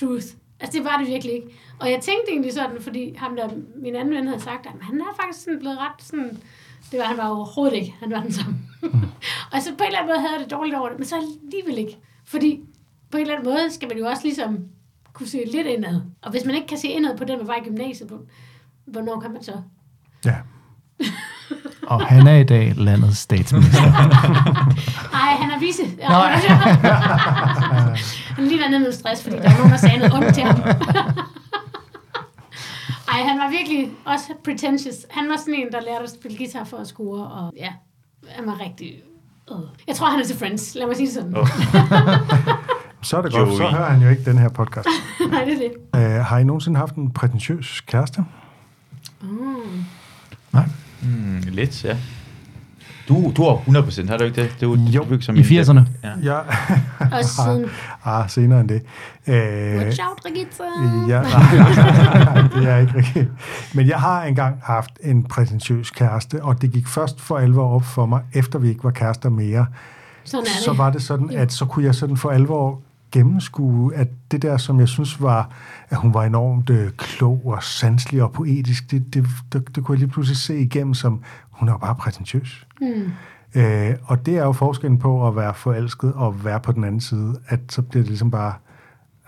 Speaker 2: truth Altså, det var det virkelig ikke. Og jeg tænkte egentlig sådan, fordi ham der, min anden ven havde sagt, at han er faktisk sådan blevet ret sådan... Det var han var overhovedet ikke. Han var den samme. og så på en eller anden måde havde jeg det dårligt over det, men så alligevel ikke. Fordi på en eller anden måde skal man jo også ligesom kunne se lidt indad. Og hvis man ikke kan se indad på den, man var i gymnasiet, hvor- hvornår kan man så?
Speaker 4: Ja. Og han er i dag landets statsminister.
Speaker 2: Nej, han er vise. Nej. han har lige været nede med stress, fordi der var nogen, der sagde noget ondt til ham. Ej, han var virkelig også pretentious. Han var sådan en, der lærte at spille guitar for at score, og ja, han var rigtig... Øh. Jeg tror, han er til Friends. Lad mig sige det sådan. Oh.
Speaker 1: Så er det godt, så
Speaker 3: Joey.
Speaker 1: hører han jo ikke den her podcast.
Speaker 2: Nej, det er det.
Speaker 1: Æ, har I nogensinde haft en prætentiøs kæreste?
Speaker 4: Nej.
Speaker 3: Mm, lidt, ja. Du, du har 100 har du ikke det? det er jo, jo, du, som
Speaker 4: I
Speaker 3: en-
Speaker 4: 80'erne.
Speaker 3: Ja.
Speaker 1: Ja,
Speaker 2: Og siden...
Speaker 1: ah, senere end det. Æ,
Speaker 2: Watch out, Brigitte!
Speaker 1: Ja, nej, nej, nej, nej, det er ikke rigtigt. Men jeg har engang haft en prætentiøs kæreste, og det gik først for alvor op for mig, efter vi ikke var kærester mere.
Speaker 2: Sådan er det.
Speaker 1: Så var det sådan, at så kunne jeg sådan for alvor gennemskue, at det der, som jeg synes var, at hun var enormt øh, klog og sanselig og poetisk, det, det, det, det kunne jeg lige pludselig se igennem som, hun er jo bare prætentiøs.
Speaker 2: Hmm.
Speaker 1: Mm. Øh, og det er jo forskellen på at være forelsket og være på den anden side, at så bliver det ligesom bare,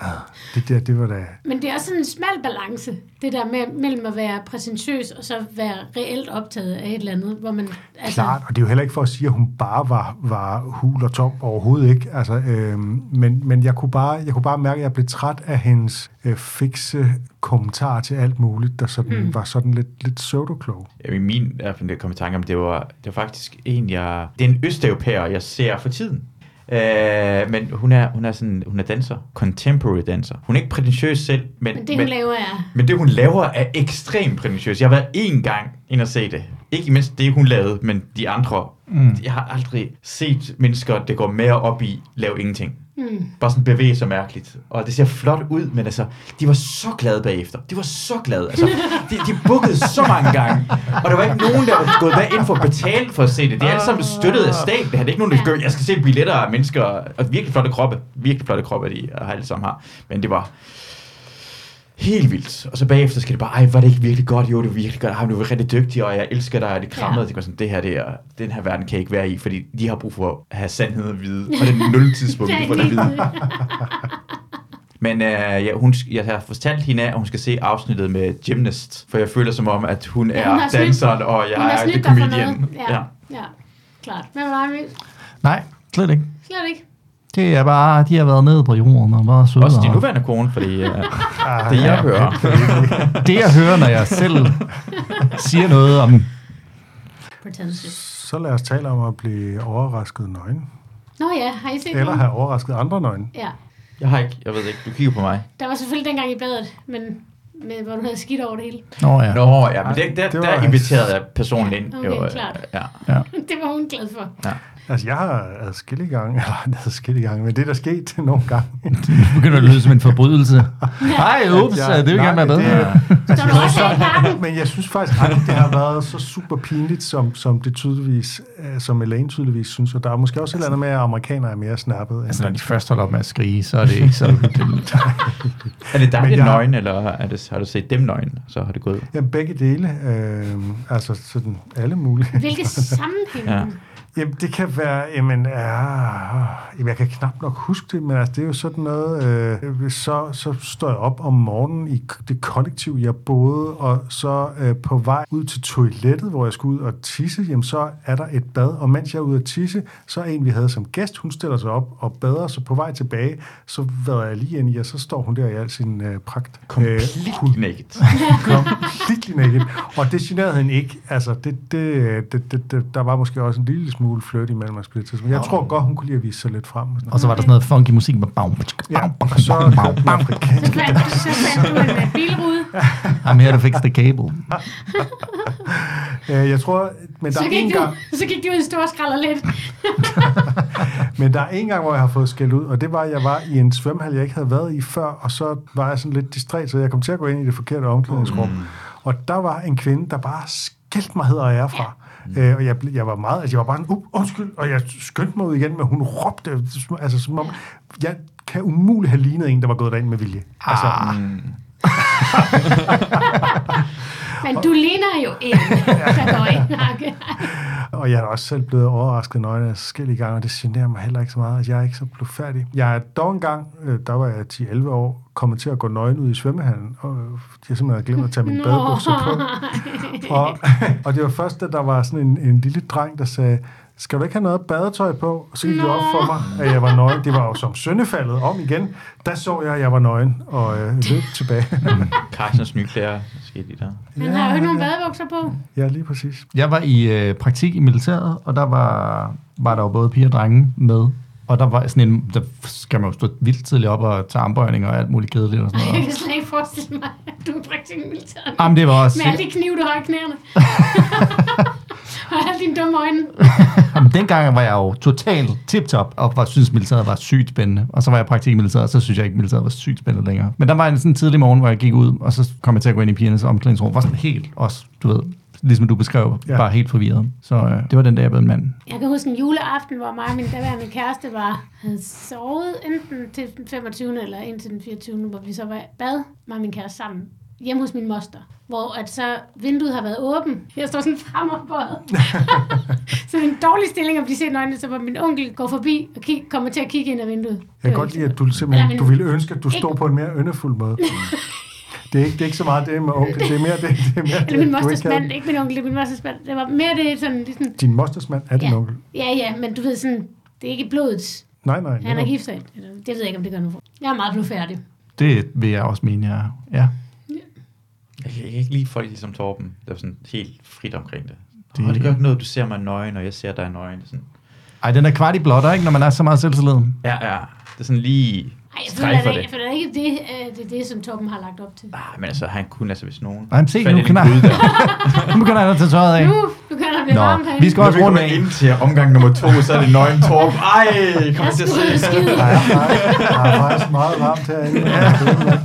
Speaker 1: ah, det der, det var da,
Speaker 2: Men det er også sådan en smal balance, det der med, mellem at være præsentøs og så være reelt optaget af et eller andet, hvor man... Altså,
Speaker 1: Klart, og det er jo heller ikke for at sige, at hun bare var, var hul og tom overhovedet ikke. Altså, øhm, men men jeg, kunne bare, jeg kunne bare mærke, at jeg blev træt af hendes øh, fikse kommentarer til alt muligt, der sådan, mm. var sådan lidt, lidt pseudoklog.
Speaker 3: Jamen, min i hvert fald, der kom i tanke om, det var, det var faktisk en, jeg... Det er en østeuropæer, jeg ser for tiden. Øh, men hun er, hun, er sådan, hun er danser. Contemporary danser. Hun er ikke prætentiøs selv, men...
Speaker 2: men det, hun laver, er...
Speaker 3: Men det, hun laver, er ekstremt prætentiøst. Jeg har været én gang ind og se det. Ikke mindst det, hun lavede, men de andre. Mm. Jeg har aldrig set mennesker, der går mere op i lave ingenting. Mm. Bare sådan bevæge sig mærkeligt. Og det ser flot ud, men altså, de var så glade bagefter. De var så glade. Altså, de, de bukkede så mange gange. Og der var ikke nogen, der var gået med ind for at betale for at se det. Det er alle sammen støttet af staten. Det er ikke nogen, der gør, jeg skal se billetter af mennesker. Og virkelig flotte kroppe. Virkelig flotte kroppe, de har alle sammen har. Men det var, helt vildt. Og så bagefter skal det bare, ej, var det ikke virkelig godt? Jo, det var virkelig godt. Ej, men du var rigtig dygtig, og jeg elsker dig, og det krammede.
Speaker 2: Ja.
Speaker 3: Ja. Det var sådan, det her, det er, den her verden kan jeg ikke være i, fordi de har brug for at have sandheden at vide. Og det er nul tidspunkt,
Speaker 2: Det
Speaker 3: de
Speaker 2: er
Speaker 3: får det at vide.
Speaker 2: lige-
Speaker 3: Men øh, ja, hun, jeg har fortalt hende, af, at hun skal se afsnittet med Gymnast, for jeg føler som om, at hun
Speaker 2: Ja, hun
Speaker 3: er
Speaker 2: har snydt-
Speaker 3: danseren, og
Speaker 2: hun har
Speaker 3: jeg er
Speaker 2: snydt
Speaker 3: the
Speaker 2: dig for
Speaker 3: comedian.
Speaker 2: noget. Ja, ja. ja, klart. Hvad med dig, Emil?
Speaker 4: Nej, slet ikke.
Speaker 2: Slet ikke.
Speaker 4: Det er bare, de har været nede på jorden og været søde.
Speaker 3: Også din
Speaker 4: og-
Speaker 3: nuværende kone, fordi øh,
Speaker 1: Ah,
Speaker 3: det jeg hører.
Speaker 4: Det jeg hører, når jeg selv siger noget om...
Speaker 2: Pretentious.
Speaker 1: Så lad os tale om at blive overrasket nøgen.
Speaker 2: Nå ja, har I set
Speaker 1: Eller
Speaker 2: nogen?
Speaker 1: have overrasket andre nøgen.
Speaker 2: Ja.
Speaker 3: Jeg har ikke, jeg ved ikke, du kigger på mig.
Speaker 2: Der var selvfølgelig dengang i badet, men med, hvor du havde skidt over det hele.
Speaker 4: Nå ja.
Speaker 3: Nå, ja, men det, der,
Speaker 1: det
Speaker 3: det
Speaker 1: var
Speaker 3: der
Speaker 1: hans-
Speaker 3: inviterede jeg personen ind.
Speaker 2: okay,
Speaker 3: jo, øh,
Speaker 2: klart.
Speaker 3: Ja.
Speaker 2: det var hun glad for.
Speaker 1: Altså, jeg har adskillige gange, eller adskillige gange, men det er der sket nogle gange.
Speaker 4: Nu begynder det at lyde som en forbrydelse. Nej, ups,
Speaker 1: Jeg-
Speaker 4: det vil gerne
Speaker 1: nej,
Speaker 4: være bedre.
Speaker 1: det er-
Speaker 2: Så du også i parken?
Speaker 1: Men jeg synes faktisk aldrig, det har været så super pinligt, som, som det tydeligvis, øh, som Elaine tydeligvis synes. Og der er måske også et eller andet med, at amerikanere er mere snappet.
Speaker 4: Altså,
Speaker 1: End,
Speaker 4: når de først holder op med at skrige, så er det ikke så hyggeligt.
Speaker 3: Er det dig,
Speaker 1: Men
Speaker 3: det er
Speaker 1: jeg har-
Speaker 3: nøgen, eller er det, har du set dem nøgen, så har det gået?
Speaker 1: ja, begge dele, øh, altså sådan alle mulige.
Speaker 2: Hvilke sammenhæng? Ja.
Speaker 3: Ja.
Speaker 1: Jamen, det kan være, jamen, ah, jamen, jeg kan knap nok huske det, men altså, det er jo sådan noget, øh, så, så står jeg op om morgenen i k- det kollektiv, jeg boede, og så øh, på vej ud til toilettet, hvor jeg skulle ud og tisse, jamen, så er der et bad, og mens jeg er ude at tisse, så er en, vi havde som gæst, hun stiller sig op og bader, så på vej tilbage, så vader jeg lige ind i, og så står hun der i al sin øh, pragt. Øh,
Speaker 3: Komplet naked.
Speaker 1: Completely naked. Og det generede hende ikke. Altså, det, det, det, det, det, der var måske også en lille smule flirt imellem os på det tidspunkt. Jeg tror godt, hun kunne lide at vise sig lidt frem. Og sådan
Speaker 4: Og så var der sådan noget funky musik med bam,
Speaker 1: noget.
Speaker 4: bam,
Speaker 1: Ja,
Speaker 4: bam,
Speaker 1: og så
Speaker 4: bam, bam,
Speaker 1: kørte den
Speaker 4: bam.
Speaker 1: afrikanske
Speaker 2: Så fandt, så fandt du en øh, bilrude.
Speaker 4: I'm here to fix the cable.
Speaker 1: Øh, Jeg tror, men der,
Speaker 2: Så
Speaker 1: er
Speaker 2: gik,
Speaker 1: en
Speaker 2: du,
Speaker 1: gang,
Speaker 2: så gik du ud i store skralder lidt.
Speaker 1: men der er en gang, hvor jeg har fået skæld ud, og det var, at jeg var i en svømmehal, jeg ikke havde været i før, og så var jeg sådan lidt distræt, så jeg kom til at gå ind i det forkerte omklædningsrum. Mm. Og der var en kvinde, der bare skældte mig hedder jeg fra. Øh, og jeg, blev- jeg var meget, altså jeg var bare en, uh, undskyld, og jeg skyndte mig ud igen, men hun råbte, altså som om, jeg kan umuligt have lignet en, der var gået derind med vilje. Altså,
Speaker 2: Men du ligner jo en, der går i nakke.
Speaker 1: og jeg er da også selv blevet overrasket nøgne forskellige gange, og det generer mig heller ikke så meget, at jeg er ikke så blufærdig. Jeg er dog engang, øh, der var jeg 10-11 år, kommet til at gå nøgen ud i svømmehallen, og øh, jeg simpelthen havde glemt at tage mine badebukser på. Og, og det var først, da der var sådan en, en lille dreng, der sagde, skal du ikke have noget badetøj på? Og så gik det op for mig, at jeg var nøgen. Det var jo som søndefaldet om igen. Der så jeg, at jeg var nøgen, og øh, løb tilbage.
Speaker 3: Carstens nye klæder, skete lige der.
Speaker 2: Han har jo ikke nogen badebukser på.
Speaker 1: ja, lige præcis.
Speaker 4: Jeg var i øh, praktik i militæret, og der var, var der jo både piger og drenge med. Og der var sådan en, der skal man jo stå vildt tidligt op og tage armbøjninger og alt muligt kedeligt og sådan
Speaker 2: Jeg
Speaker 4: noget.
Speaker 2: kan slet ikke forestille mig, at du er praktisk militær.
Speaker 4: Jamen, det var også...
Speaker 2: Med alle de knive, du har i knæerne. og alle dine dumme øjne.
Speaker 4: Jamen, dengang var jeg jo totalt tip-top, og var, synes militæret var sygt spændende. Og så var jeg i praktik i militæret, og så synes jeg ikke, militæret var sygt spændende længere. Men der var en sådan tidlig morgen, hvor jeg gik ud, og så kom jeg til at gå ind i pigernes omklædningsrum. Var sådan helt også, du ved, ligesom du beskrev,
Speaker 1: Ja.
Speaker 4: ja. bare helt forvirret. Så øh, det var den dag, jeg blev en mand.
Speaker 2: Jeg kan huske en juleaften, hvor mig og min daværende kæreste var, havde sovet enten til den 25. eller indtil den 24. hvor vi så var bad mig og min kæreste sammen hjemme hos min moster, hvor at så vinduet har været åbent. Jeg står sådan fremoverbøjet. så det er en dårlig stilling at blive set nøgne, så hvor min onkel går forbi og kig, kommer til at kigge ind ad vinduet.
Speaker 1: Jeg kan godt lide, at du
Speaker 2: Eller
Speaker 1: simpelthen,
Speaker 2: min-
Speaker 1: du ville ønske, at du stod
Speaker 2: Ikke-
Speaker 1: på en mere yndefuld måde. Det er ikke, det er ikke så meget det med onkel, det er mere det, det er mere
Speaker 2: Eller min
Speaker 1: at du
Speaker 2: mosters
Speaker 1: havde-
Speaker 2: mand, ikke min onkel, det er min mosters mand. Det var mere det sådan, ligesom,
Speaker 1: Din mosters mand er din
Speaker 2: Ja.
Speaker 1: onkel.
Speaker 2: ja, ja, men du ved sådan, det er ikke blodets.
Speaker 1: Nej, nej.
Speaker 2: Han er
Speaker 1: netop.
Speaker 2: gift sig. Eller, Det ved jeg ikke, om det gør noget for. Jeg er meget blufærdig.
Speaker 4: Det vil jeg også mene, jeg er. Ja.
Speaker 3: Jeg kan jeg kan ikke lide folk ligesom Torben, der er sådan helt frit omkring det.
Speaker 4: Det-
Speaker 3: Det, og det gør ikke noget, du ser mig nøgen, og jeg ser dig nøgen. Det er Sådan.
Speaker 4: Ej, den er kvart i blotter, ikke, når man er så meget selvtillid.
Speaker 3: Ja, ja. Det er sådan lige
Speaker 2: Ej, jeg føler,
Speaker 3: strejfer
Speaker 2: da- jeg
Speaker 3: det.
Speaker 2: føler da ikke, det, øh, det er det, som Torben har lagt op til.
Speaker 3: Ah, men altså, han kunne altså, hvis nogen...
Speaker 4: Ej, men se,
Speaker 3: Fandt
Speaker 4: nu
Speaker 3: en
Speaker 4: kan jeg-
Speaker 3: gud der.
Speaker 4: Nu begynder jeg at tage tøjet af.
Speaker 2: Nu, nu kan der blive
Speaker 4: Nå,
Speaker 2: varmt herinde.
Speaker 4: vi skal
Speaker 3: Når
Speaker 4: også
Speaker 3: vi
Speaker 4: runde
Speaker 3: kommer
Speaker 4: af.
Speaker 3: ind til omgang nummer to, så er det nøgen Torben. Ej, kom
Speaker 2: Jeg
Speaker 3: til at
Speaker 2: skulle ud og
Speaker 3: se.
Speaker 2: skide.
Speaker 1: Der er, faktisk- der er faktisk meget varmt herinde.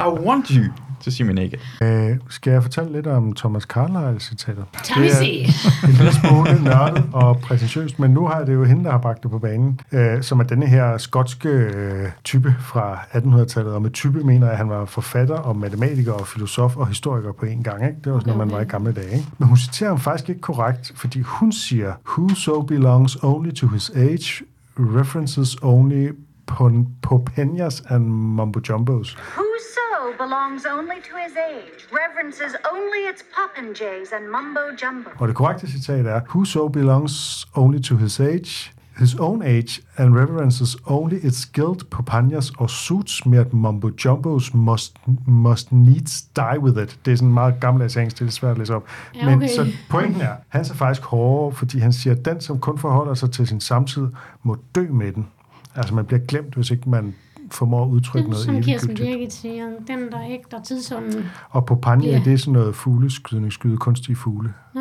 Speaker 3: I want you. Så siger man ikke.
Speaker 1: Øh, skal jeg fortælle lidt om Thomas Carlyle-citatet?
Speaker 2: Tag vi se.
Speaker 1: en lille smule nørdet og prætentiøst, men nu har det jo hende, der har bragt det på banen, øh, som er denne her skotske øh, type fra 1800-tallet, og med type mener jeg, at han var forfatter og matematiker og filosof og historiker på en gang. Ikke? Det var sådan, okay. man var i gamle dage. Ikke? Men hun citerer ham faktisk ikke korrekt, fordi hun siger, Whoso belongs only to his age, references only pon- Popenias and mumbo jumbos.
Speaker 6: Whoso belongs only to his age, reverences only its popinjays and mumbo jumbo.
Speaker 1: Og det korrekte citat er, Whoso belongs only to his age, his own age, and reverences only its guilt, popanias or suits mere mumbo jumbos must, must needs die with it. Det er sådan meget gammeldags engelsk, det er lidt svært at læse op.
Speaker 2: Ja,
Speaker 1: Men
Speaker 2: okay.
Speaker 1: så pointen er, han er faktisk hårdere, fordi han siger, at den, som kun forholder sig til sin samtid, må dø med den. Altså man bliver glemt, hvis ikke man formår at udtrykke noget
Speaker 2: Som Kirsten
Speaker 1: eviggyldigt.
Speaker 2: Birgit siger, den der ikke, der tidsånden.
Speaker 1: Og popania,
Speaker 2: Ja.
Speaker 1: yeah. det er sådan noget fugleskydning, skyde kunstige fugle.
Speaker 2: Nå,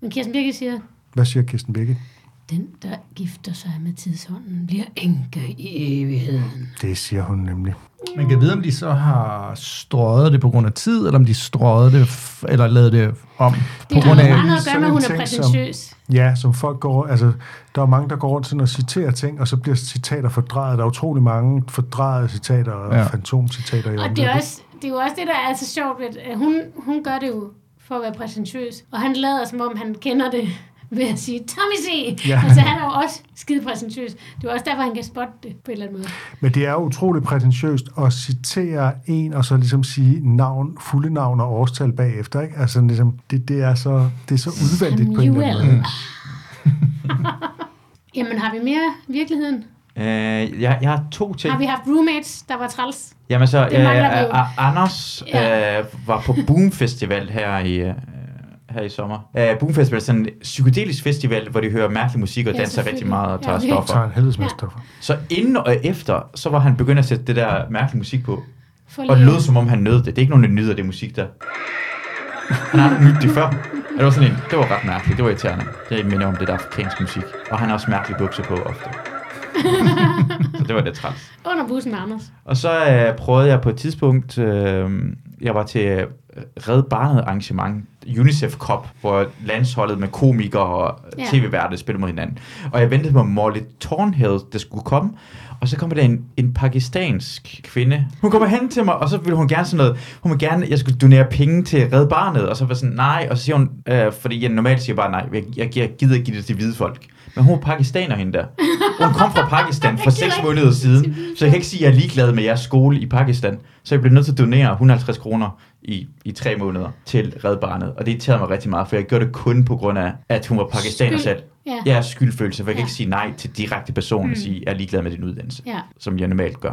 Speaker 2: men Kirsten Birgit siger,
Speaker 1: Hvad siger Kirsten Birgit?
Speaker 2: den, der gifter sig med tidsånden, bliver enke i evigheden.
Speaker 1: Det siger hun nemlig.
Speaker 4: Man kan vide, om de så har strøget det på grund af tid, eller om de strøget det, f- eller lavet det om
Speaker 2: Det
Speaker 4: på
Speaker 2: er
Speaker 4: grund
Speaker 2: der
Speaker 4: af...
Speaker 2: meget noget at gøre
Speaker 1: sådan
Speaker 2: med, at
Speaker 1: en
Speaker 2: hun er
Speaker 1: ting som-
Speaker 2: prætentiøs.
Speaker 1: Ja, som folk går altså der er mange, der går rundt sådan og citerer ting, og så bliver citater fordrejet. Der er utrolig mange fordrejede citater og ja.
Speaker 4: Ja.
Speaker 1: fantomcitater i
Speaker 2: Og det er,
Speaker 1: omløbet.
Speaker 2: også, det er jo også det, der er så sjovt ved, at hun, hun gør det jo for at være præsentøs, og han lader som om, han kender det ved at sige, Tommy C.
Speaker 1: Ja.
Speaker 2: Ja. Altså, han er jo også skide præsentøs. Det er jo også derfor, han kan spotte det på en eller anden måde.
Speaker 1: Men det er jo utrolig prætentiøst at citere en, og så ligesom sige navn, fulde navn og årstal bagefter. Ikke? Altså ligesom, det, det, er så, det er så udvendigt på en eller anden
Speaker 2: Samuel.
Speaker 1: måde.
Speaker 2: Jamen, har vi mere i virkeligheden?
Speaker 3: Øh, jeg, jeg har to ting.
Speaker 2: Har vi haft roommates, der var træls?
Speaker 3: Jamen så, øh,
Speaker 2: Det mangler vi jo.
Speaker 3: A- Anders
Speaker 2: Ja.
Speaker 3: øh, var på Boom Festival her i, øh, her i sommer. Øh, Boom Festival er sådan en psykedelisk festival, hvor de hører mærkelig musik og
Speaker 2: Ja,
Speaker 3: ja, danser rigtig
Speaker 2: selvfølgelig.
Speaker 3: meget og
Speaker 2: Ja,
Speaker 3: tager
Speaker 2: det-
Speaker 1: Tager
Speaker 3: stoffer.
Speaker 1: en helvedes masse stoffer.
Speaker 3: Så inden og efter, så var han begyndt at sætte det der mærkelige musik på.
Speaker 2: For
Speaker 3: Og det
Speaker 2: lige-
Speaker 3: lød som om han nød det. Det er ikke nogen, der nyder det musik der. Han har aldrig nydt det før. Og Det var sådan en, det var ret mærkeligt, det var irriterende. Det minder om det der afrikansk musik. Og han har også mærkelige bukser på ofte. så det var lidt træls.
Speaker 2: Under bussen med Anders.
Speaker 3: Og så øh, prøvede jeg på et tidspunkt, øh, jeg var til øh, Red Barnet arrangement UNICEF Cup, hvor landsholdet med komikere og
Speaker 2: Ja.
Speaker 3: tv-værter spillede mod hinanden. Og jeg ventede på Molly Thornhill, der skulle komme, og så kommer der en, en pakistansk kvinde. Hun kommer hen til mig, og så ville hun gerne sådan noget. Hun vil gerne, jeg skulle donere penge til Red Barnet, og så var jeg sådan, nej, og så siger hun, øh, fordi jeg normalt siger bare nej, jeg, jeg, jeg gider ikke give det til hvide folk. Men hun er pakistaner, hende der. Hun kom fra Pakistan for
Speaker 2: Jeg gider
Speaker 3: seks
Speaker 2: ikke
Speaker 3: måneder siden,
Speaker 2: til hvide
Speaker 3: så jeg kan ikke sige, at jeg er ligeglad med jeres skole i Pakistan. Så jeg blev nødt til at donere 150 kroner i, i tre måneder til Red Barnet. Og det irriterede mig rigtig meget, for jeg gjorde det kun på grund af, at hun var pakistaner
Speaker 2: Skyld.
Speaker 3: selv.
Speaker 2: Ja.
Speaker 3: Jeg er skyldfølelse, for jeg kan
Speaker 2: Ja. Mm.
Speaker 3: ikke sige nej til direkte person og sige, at jeg er ligeglad med din uddannelse,
Speaker 2: Ja.
Speaker 3: som jeg normalt gør.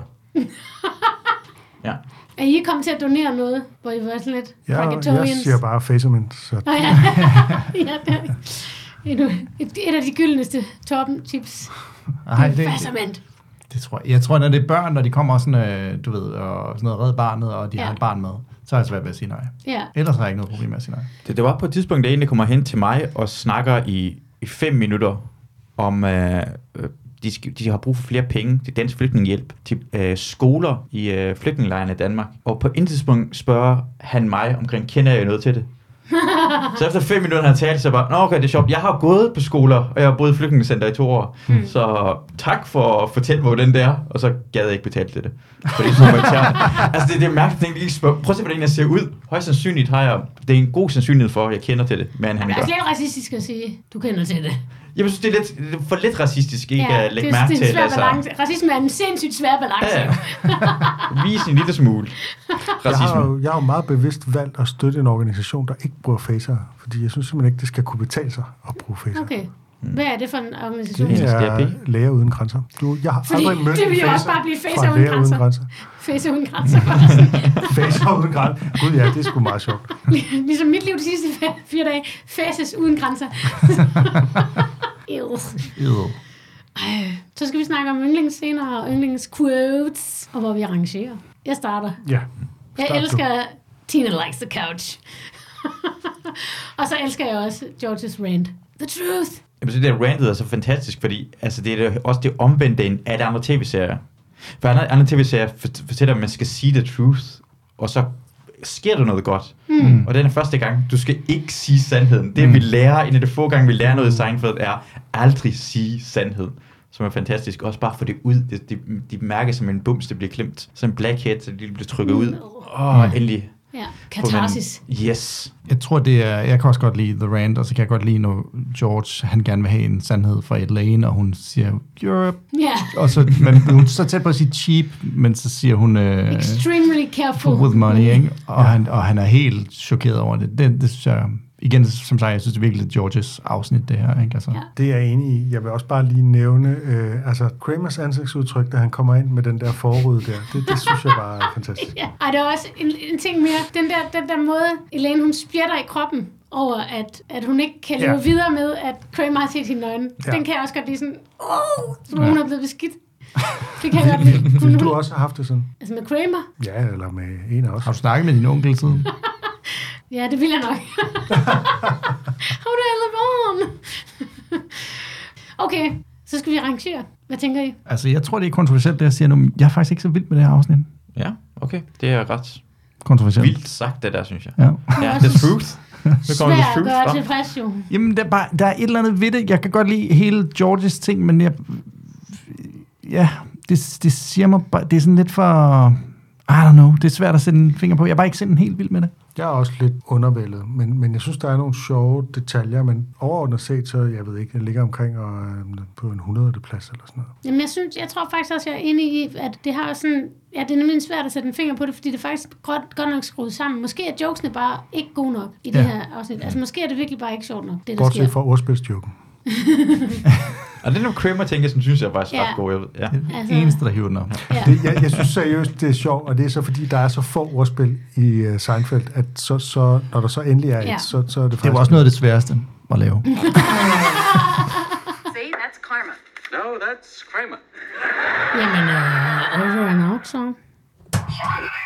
Speaker 3: ja.
Speaker 2: Er I kommet til at donere noget, hvor I var sådan lidt
Speaker 1: Jeg, jeg
Speaker 2: Krakatoians?
Speaker 1: siger bare facemen, så
Speaker 2: Nå ja. ja, det er et, et, et af de gyldneste toppen tips.
Speaker 4: Ej, det, det,
Speaker 2: Fasament.
Speaker 4: det tror jeg. jeg tror, når det er børn, når de kommer og sådan, øh, du ved, og sådan noget, red barnet, og de
Speaker 2: Ja.
Speaker 4: har et barn med, så er jeg svært ved at sige nej.
Speaker 2: Ja.
Speaker 4: Ellers har jeg ikke noget problem med at sige nej.
Speaker 3: Det, det var på et tidspunkt, der egentlig kommer hen til mig og snakker i, i fem minutter om, øh, øh, de, skal, de har brug for flere penge til dansk flygtningehjælp, til øh, skoler i øh, flygtningelejrene i Danmark. Og på et tidspunkt spørger han mig omkring, kender jeg noget til det? så efter fem minutter, han har talt, så bare, Nå, okay, det er sjovt. Jeg har gået på skoler, og jeg har boet i flygtningecenter i to år. Mm. Så tak for at fortælle mig, hvordan det er. Og så gad jeg ikke betale til det. Fordi så man tager. altså, det, det er mærkeligt, at jeg ikke spørger. Prøv at se, hvordan jeg ser ud. Højst sandsynligt har jeg... Det er en god sandsynlighed for, at jeg kender til det, men han
Speaker 2: Altså, Det er også
Speaker 3: gør.
Speaker 2: lidt racistisk at sige, du kender til det.
Speaker 3: Jeg synes, det er lidt, det er for lidt racistisk, ikke ja, at
Speaker 2: det,
Speaker 3: lægge
Speaker 2: er-
Speaker 3: mærke
Speaker 2: det er
Speaker 3: til. altså.
Speaker 2: en svær balance. Racisme er en sindssygt svær balance.
Speaker 3: Ja, ja. Vis en lille smule
Speaker 1: jeg
Speaker 3: racisme.
Speaker 1: har, jo, jeg har jo meget bevidst valgt at støtte en organisation, der ikke bruger facer, fordi jeg synes simpelthen ikke, det skal kunne betale sig at bruge facer.
Speaker 2: Okay.
Speaker 3: Mm.
Speaker 2: Hvad er det for en organisation?
Speaker 1: Det
Speaker 3: NSDAP.
Speaker 1: er Læger Uden Grænser. Du, jeg har
Speaker 2: Fordi
Speaker 1: aldrig mødt
Speaker 2: det
Speaker 1: en
Speaker 2: vil jo også
Speaker 1: facer
Speaker 2: bare blive facer
Speaker 1: fra
Speaker 2: uden
Speaker 1: Læger
Speaker 2: grænser.
Speaker 1: Uden Grænser.
Speaker 2: Fæse uden grænser. bare sådan.
Speaker 1: Facer Uden Grænser. Gud ja, det er sgu meget sjovt.
Speaker 2: ligesom mit liv de sidste fa- fire dage. Fæses uden grænser. Ew.
Speaker 4: Ew.
Speaker 2: Så skal vi snakke om yndlingsscener og yndlingsquotes, og hvor vi arrangerer. Jeg starter.
Speaker 1: Ja.
Speaker 2: Jeg
Speaker 1: Start du.
Speaker 2: elsker Tina Likes the Couch. og så elsker jeg også George's Rand. The truth.
Speaker 3: Jamen, så det der rantet er så fantastisk, fordi altså, det er det- også det omvendte end af andre tv-serier. For andre, andre tv-serier fort- fortæller, at man skal sige the truth, og så sker der noget godt. Mm. Og den er første gang, du skal ikke sige sandheden. Det vi lærer, en af de få gange vi lærer noget i Seinfeld, er aldrig sige sandheden som er fantastisk. Også bare få det ud. Det, de, de mærker som en bums, det bliver klemt. Som en blackhead, så det bliver trykket ud. Åh, oh, endelig.
Speaker 2: Ja,
Speaker 3: får man-
Speaker 2: katarsis.
Speaker 3: Yes.
Speaker 4: Jeg tror, det er... Jeg kan også godt lide The Rand, og så kan jeg godt lide, når George, han gerne vil have en sandhed fra Elaine, og hun siger, Europe.
Speaker 2: Ja.
Speaker 4: Og så, men hun er så tæt på at sige cheap, men så siger hun... Øh,
Speaker 2: Extremely careful.
Speaker 4: food with money, ikke? Og, han, og han er helt chokeret over det. Det, det synes jeg... Igen, som sagt, jeg synes det er virkelig det er Georges afsnit, det her, ikke? Altså,
Speaker 2: Ja.
Speaker 1: Det er jeg enig i. Jeg vil også bare lige nævne, øh, altså Kramers ansigtsudtryk, da han kommer ind med den der forrude der, det, det synes jeg bare er fantastisk.
Speaker 2: Ja. Ej, der er også en, en ting mere. Den der, den der måde, Elaine, hun spjætter i kroppen over, at, at hun ikke kan leve
Speaker 1: Ja.
Speaker 2: ja. videre med, at Kramer har set hende nøgne.
Speaker 1: Ja.
Speaker 2: Ja. Den kan jeg også godt blive sådan, oh, som om hun er blevet beskidt. Det kan jeg godt lide. Hun,
Speaker 1: Vil du
Speaker 2: hun,
Speaker 1: også have haft det sådan?
Speaker 2: altså med Kramer?
Speaker 1: Ja, eller med en af os.
Speaker 4: Har du snakket med din onkel siden?
Speaker 2: Ja, det vil jeg nok. How do I live on? okay, så skal vi rangere. Hvad tænker I?
Speaker 4: altså, jeg tror, det er kontroversielt, det jeg siger nu, men jeg er faktisk ikke så vild med det her afsnit.
Speaker 3: Ja, okay. Det er ret
Speaker 4: Kontroversielt.
Speaker 3: vildt sagt, det der, synes jeg.
Speaker 4: Ja.
Speaker 3: Ja, the truth. Nu kommer the
Speaker 2: Svær at
Speaker 3: truth
Speaker 2: gøre
Speaker 3: frem.
Speaker 2: tilfreds, jo.
Speaker 4: Jamen, der er, bare, der er et eller andet ved det. Jeg kan godt lide hele Georges ting, men jeg... Ja, det, det siger mig bare... Det er sådan lidt for... I don't know. Det er svært at sætte en finger på. Jeg er bare ikke sådan helt vild med det.
Speaker 1: Jeg er også lidt undervældet, men, men jeg synes, der er nogle sjove detaljer, men overordnet set, så jeg ved ikke, jeg ligger omkring og, øh, på en 100. plads eller sådan noget.
Speaker 2: Jamen, jeg, synes, jeg tror faktisk også, jeg er enig i, at det har også sådan... Ja, det er nemlig svært at sætte en finger på det, fordi det er faktisk godt, godt nok skruet sammen. Måske er jokesene bare ikke gode nok i det
Speaker 4: Ja.
Speaker 2: her afsnit. Altså, måske er det virkelig bare ikke sjovt nok, det der
Speaker 1: Bortset
Speaker 2: sker.
Speaker 1: fra ordspilsjoken.
Speaker 3: Og den der Kramer ting, jeg sådan synes jeg er faktisk
Speaker 2: Ja.
Speaker 3: ret god. Jeg ved, ja.
Speaker 2: Altså-
Speaker 4: Altså... Eneste, der hiver den op.
Speaker 2: Ja.
Speaker 1: Det, jeg, jeg synes seriøst, det er sjovt, og det er så fordi, der er så få ordspil i uh, Seinfeld, at så, så, når der så endelig er et,
Speaker 2: Ja.
Speaker 1: så, så er det faktisk...
Speaker 4: Det var også noget af det sværeste at lave.
Speaker 6: See, that's karma.
Speaker 5: No, that's Kramer.
Speaker 2: Jamen, uh, over and out, så.